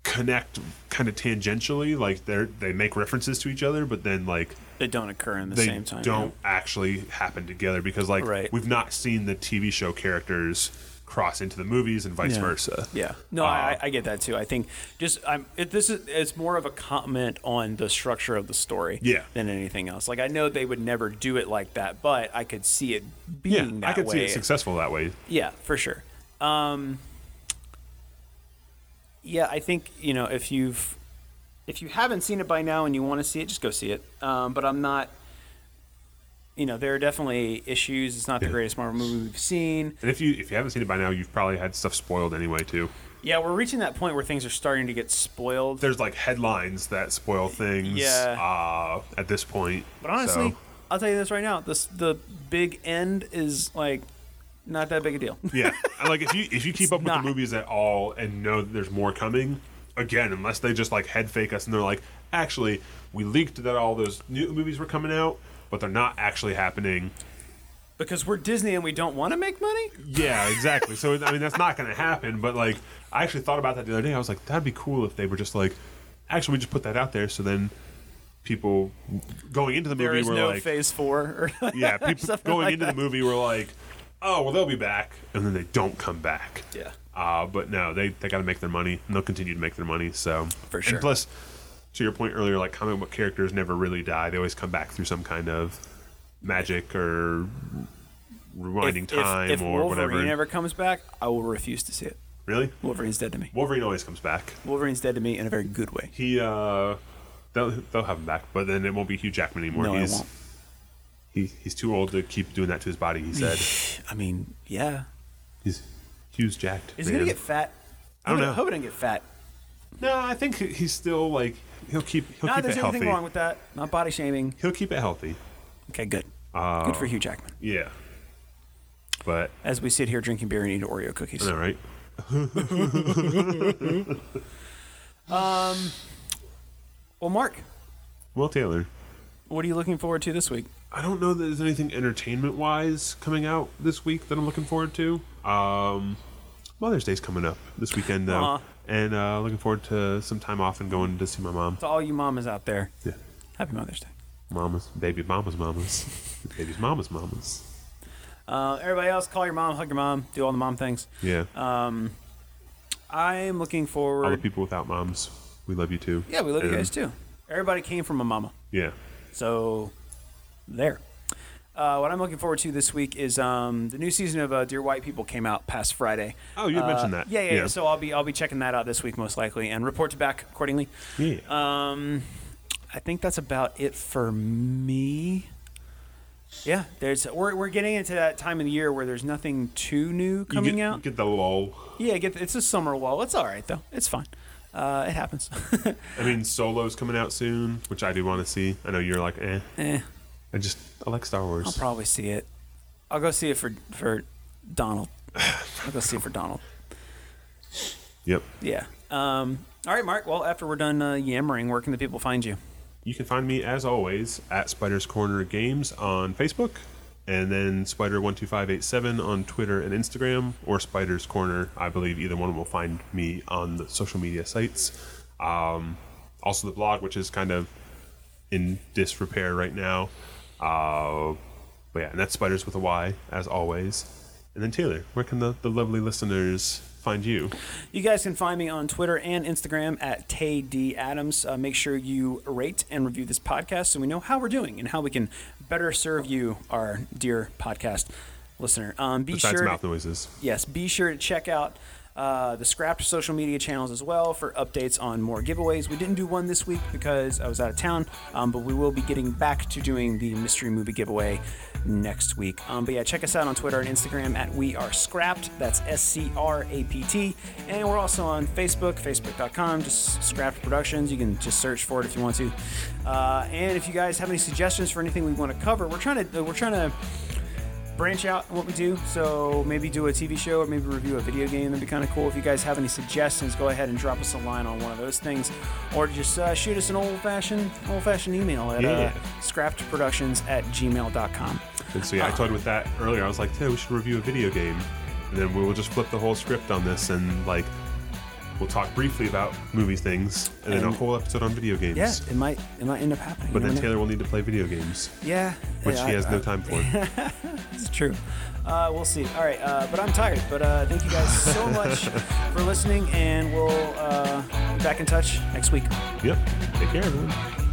B: connect kind of tangentially. Like they are they make references to each other, but then like
A: they don't occur in the
B: they
A: same time. yeah.
B: don't actually happen together because like
A: Right.
B: we've not seen the TV show characters cross into the movies and vice
A: Yeah.
B: versa.
A: Yeah. No,
B: Uh.
A: I, I get that too. I think just I'm. It, this is it's more of a comment on the structure of the story.
B: Yeah.
A: Than anything else. Like I know they would never do it like that, but I could see it being
B: Yeah,
A: that
B: I could see
A: way.
B: it successful that way.
A: Yeah, for sure. Um, yeah, I think you know if you've if you haven't seen it by now and you want to see it, just go see it. Um, but I'm not. You know, there are definitely issues. It's not the greatest Marvel movie we've seen.
B: And if you if you haven't seen it by now, you've probably had stuff spoiled anyway too.
A: Yeah, we're reaching that point where things are starting to get spoiled.
B: There's like headlines that spoil things.
A: Yeah.
B: Uh, at this point,
A: But honestly,
B: So,
A: I'll tell you this right now: this the big end is like not that big a deal.
B: yeah. I- Like if you if you keep up with the movies at all and know that there's more coming, again, unless they just like head fake us and they're like, actually, we leaked that all those new movies were coming out, but they're not actually happening.
A: because we're Disney and we don't want to make money.
B: Yeah, exactly. So I mean, that's not going to happen. But like, I actually thought about that the other day. I was like, that'd be cool if they were just like, actually, we just put that out there. So then people going into the movie
A: There is
B: were
A: no
B: like,
A: phase four. Or
B: yeah, people
A: something
B: going
A: like
B: into
A: that.
B: the movie were like, oh, well, they'll be back, and then they don't come back.
A: Yeah.
B: Uh, but no, they they got to make their money, and they'll continue to make their money. So for
A: sure.
B: And plus, to your point earlier, like comic book characters never really die; they always come back through some kind of magic or rewinding
A: if,
B: time
A: if, if
B: or
A: Wolverine
B: whatever.
A: ever comes back, I will refuse to see it.
B: Really?
A: Wolverine's dead to me.
B: Wolverine always comes back.
A: Wolverine's dead to me in a very good way.
B: He uh, they'll they'll have him back, but then it won't be Hugh Jackman anymore.
A: No, it
B: he's,
A: won't.
B: He, he's too old to keep doing that to his body. He said.
A: I mean, yeah.
B: He's Hugh's jacked.
A: Is he gonna
B: man.
A: get fat?
B: I
A: Hope
B: don't
A: it-
B: know.
A: Hope he doesn't get fat.
B: No, I think he's still like he'll keep he'll
A: no,
B: keep
A: there's
B: it healthy.
A: nothing wrong with that. Not body shaming.
B: He'll keep it healthy.
A: Okay, good.
B: Uh,
A: Good for Hugh Jackman.
B: Yeah. But
A: As we sit here drinking beer and eat Oreo cookies.
B: all right.
A: Um. Well, Mark,
B: Well, Taylor,
A: what are you looking forward to this week?
B: I don't know that there's anything entertainment wise coming out this week that I'm looking forward to. Um, Mother's Day's coming up this weekend though,
A: Aw.
B: and uh, looking forward to some time off and going to see my mom.
A: To all you mamas out there,
B: Yeah,
A: happy Mother's Day.
B: mamas, baby, mamas, mamas, baby's mamas, mamas.
A: Uh, everybody else, call your mom, hug your mom, do all the mom things.
B: Yeah,
A: Um, I'm looking
B: all the
A: forward.
B: people without moms, we love you too.
A: Yeah, we love you
B: And-
A: guys too. Everybody came from a mama.
B: Yeah,
A: So, there. Uh, what I'm looking forward to this week is um, the new season of uh, Dear White People came out past Friday.
B: Oh, you had
A: Uh,
B: mentioned that.
A: Yeah, yeah,
B: Yeah.
A: yeah. So I'll be I'll be checking that out this week most likely and report to back accordingly.
B: yeah.
A: Um, I think that's about it for me. Yeah, there's we're, we're getting into that time of the year where there's nothing too new
B: You
A: coming
B: get,
A: out.
B: Get the lull.
A: Yeah, get, it's a summer lull. It's all right though. It's fine. Uh, it happens.
B: I mean, Solo's coming out soon, which I do want to see. I know you're like, eh.
A: eh,
B: I just I like Star Wars.
A: I'll probably see it. I'll go see it for for Donald. I'll go see it for Donald.
B: yep.
A: Yeah. Um, all right, Mark. Well, after we're done uh, yammering, where can the people find you?
B: You can find me as always at Spider's Corner Games on Facebook, and then Spider One Two Five Eight Seven on Twitter and Instagram, or Spider's Corner. I believe either one will find me on the social media sites. Um, also, the blog, which is kind of in disrepair right now. Uh, but yeah, and that's Spiders with a Y as always. And then Taylor, where can the, the lovely listeners find you?
A: You guys can find me on Twitter and Instagram at Tay D Adams. Uh, make sure you rate and review this podcast so we know how we're doing and how we can better serve you, our dear podcast listener. Um, be
B: Besides
A: sure.
B: mouth noises.
A: yes, be sure to check out uh, the Scrapped social media channels as well for updates on more giveaways. We didn't do one this week because I was out of town, um, but we will be getting back to doing the mystery movie giveaway next week. Um, but yeah, check us out on Twitter and Instagram at We Are Scrapped. That's S C R A P T. And we're also on Facebook, facebook.com, just Scrapped Productions. You can just search for it if you want to. Uh, and if you guys have any suggestions for anything we want to cover, we're trying to, we're trying to, branch out in what we do. So maybe do a TV show or maybe review a video game. That'd be kind of cool. If you guys have any suggestions, go ahead and drop us a line on one of those things, or just uh, shoot us an old fashioned old fashioned email at
B: Yeah.
A: uh, scrappedproductions at gmail.com.
B: And so yeah, I toyed with that earlier. I was like, "Hey, we should review a video game," and then we will just flip the whole script on this and like we'll talk briefly about movie things, and, then a
A: And-
B: whole episode on video games.
A: Yeah, it might it might end up happening.
B: But
A: You never
B: then
A: know.
B: Taylor will need to play video games,
A: yeah,
B: which
A: yeah,
B: he
A: I-
B: has
A: I-
B: no time for.
A: It's true. Uh, we'll see. All right, uh, but I'm tired. But uh, thank you guys so much for listening, and we'll uh, be back in touch next week.
B: yep. Take care, everyone.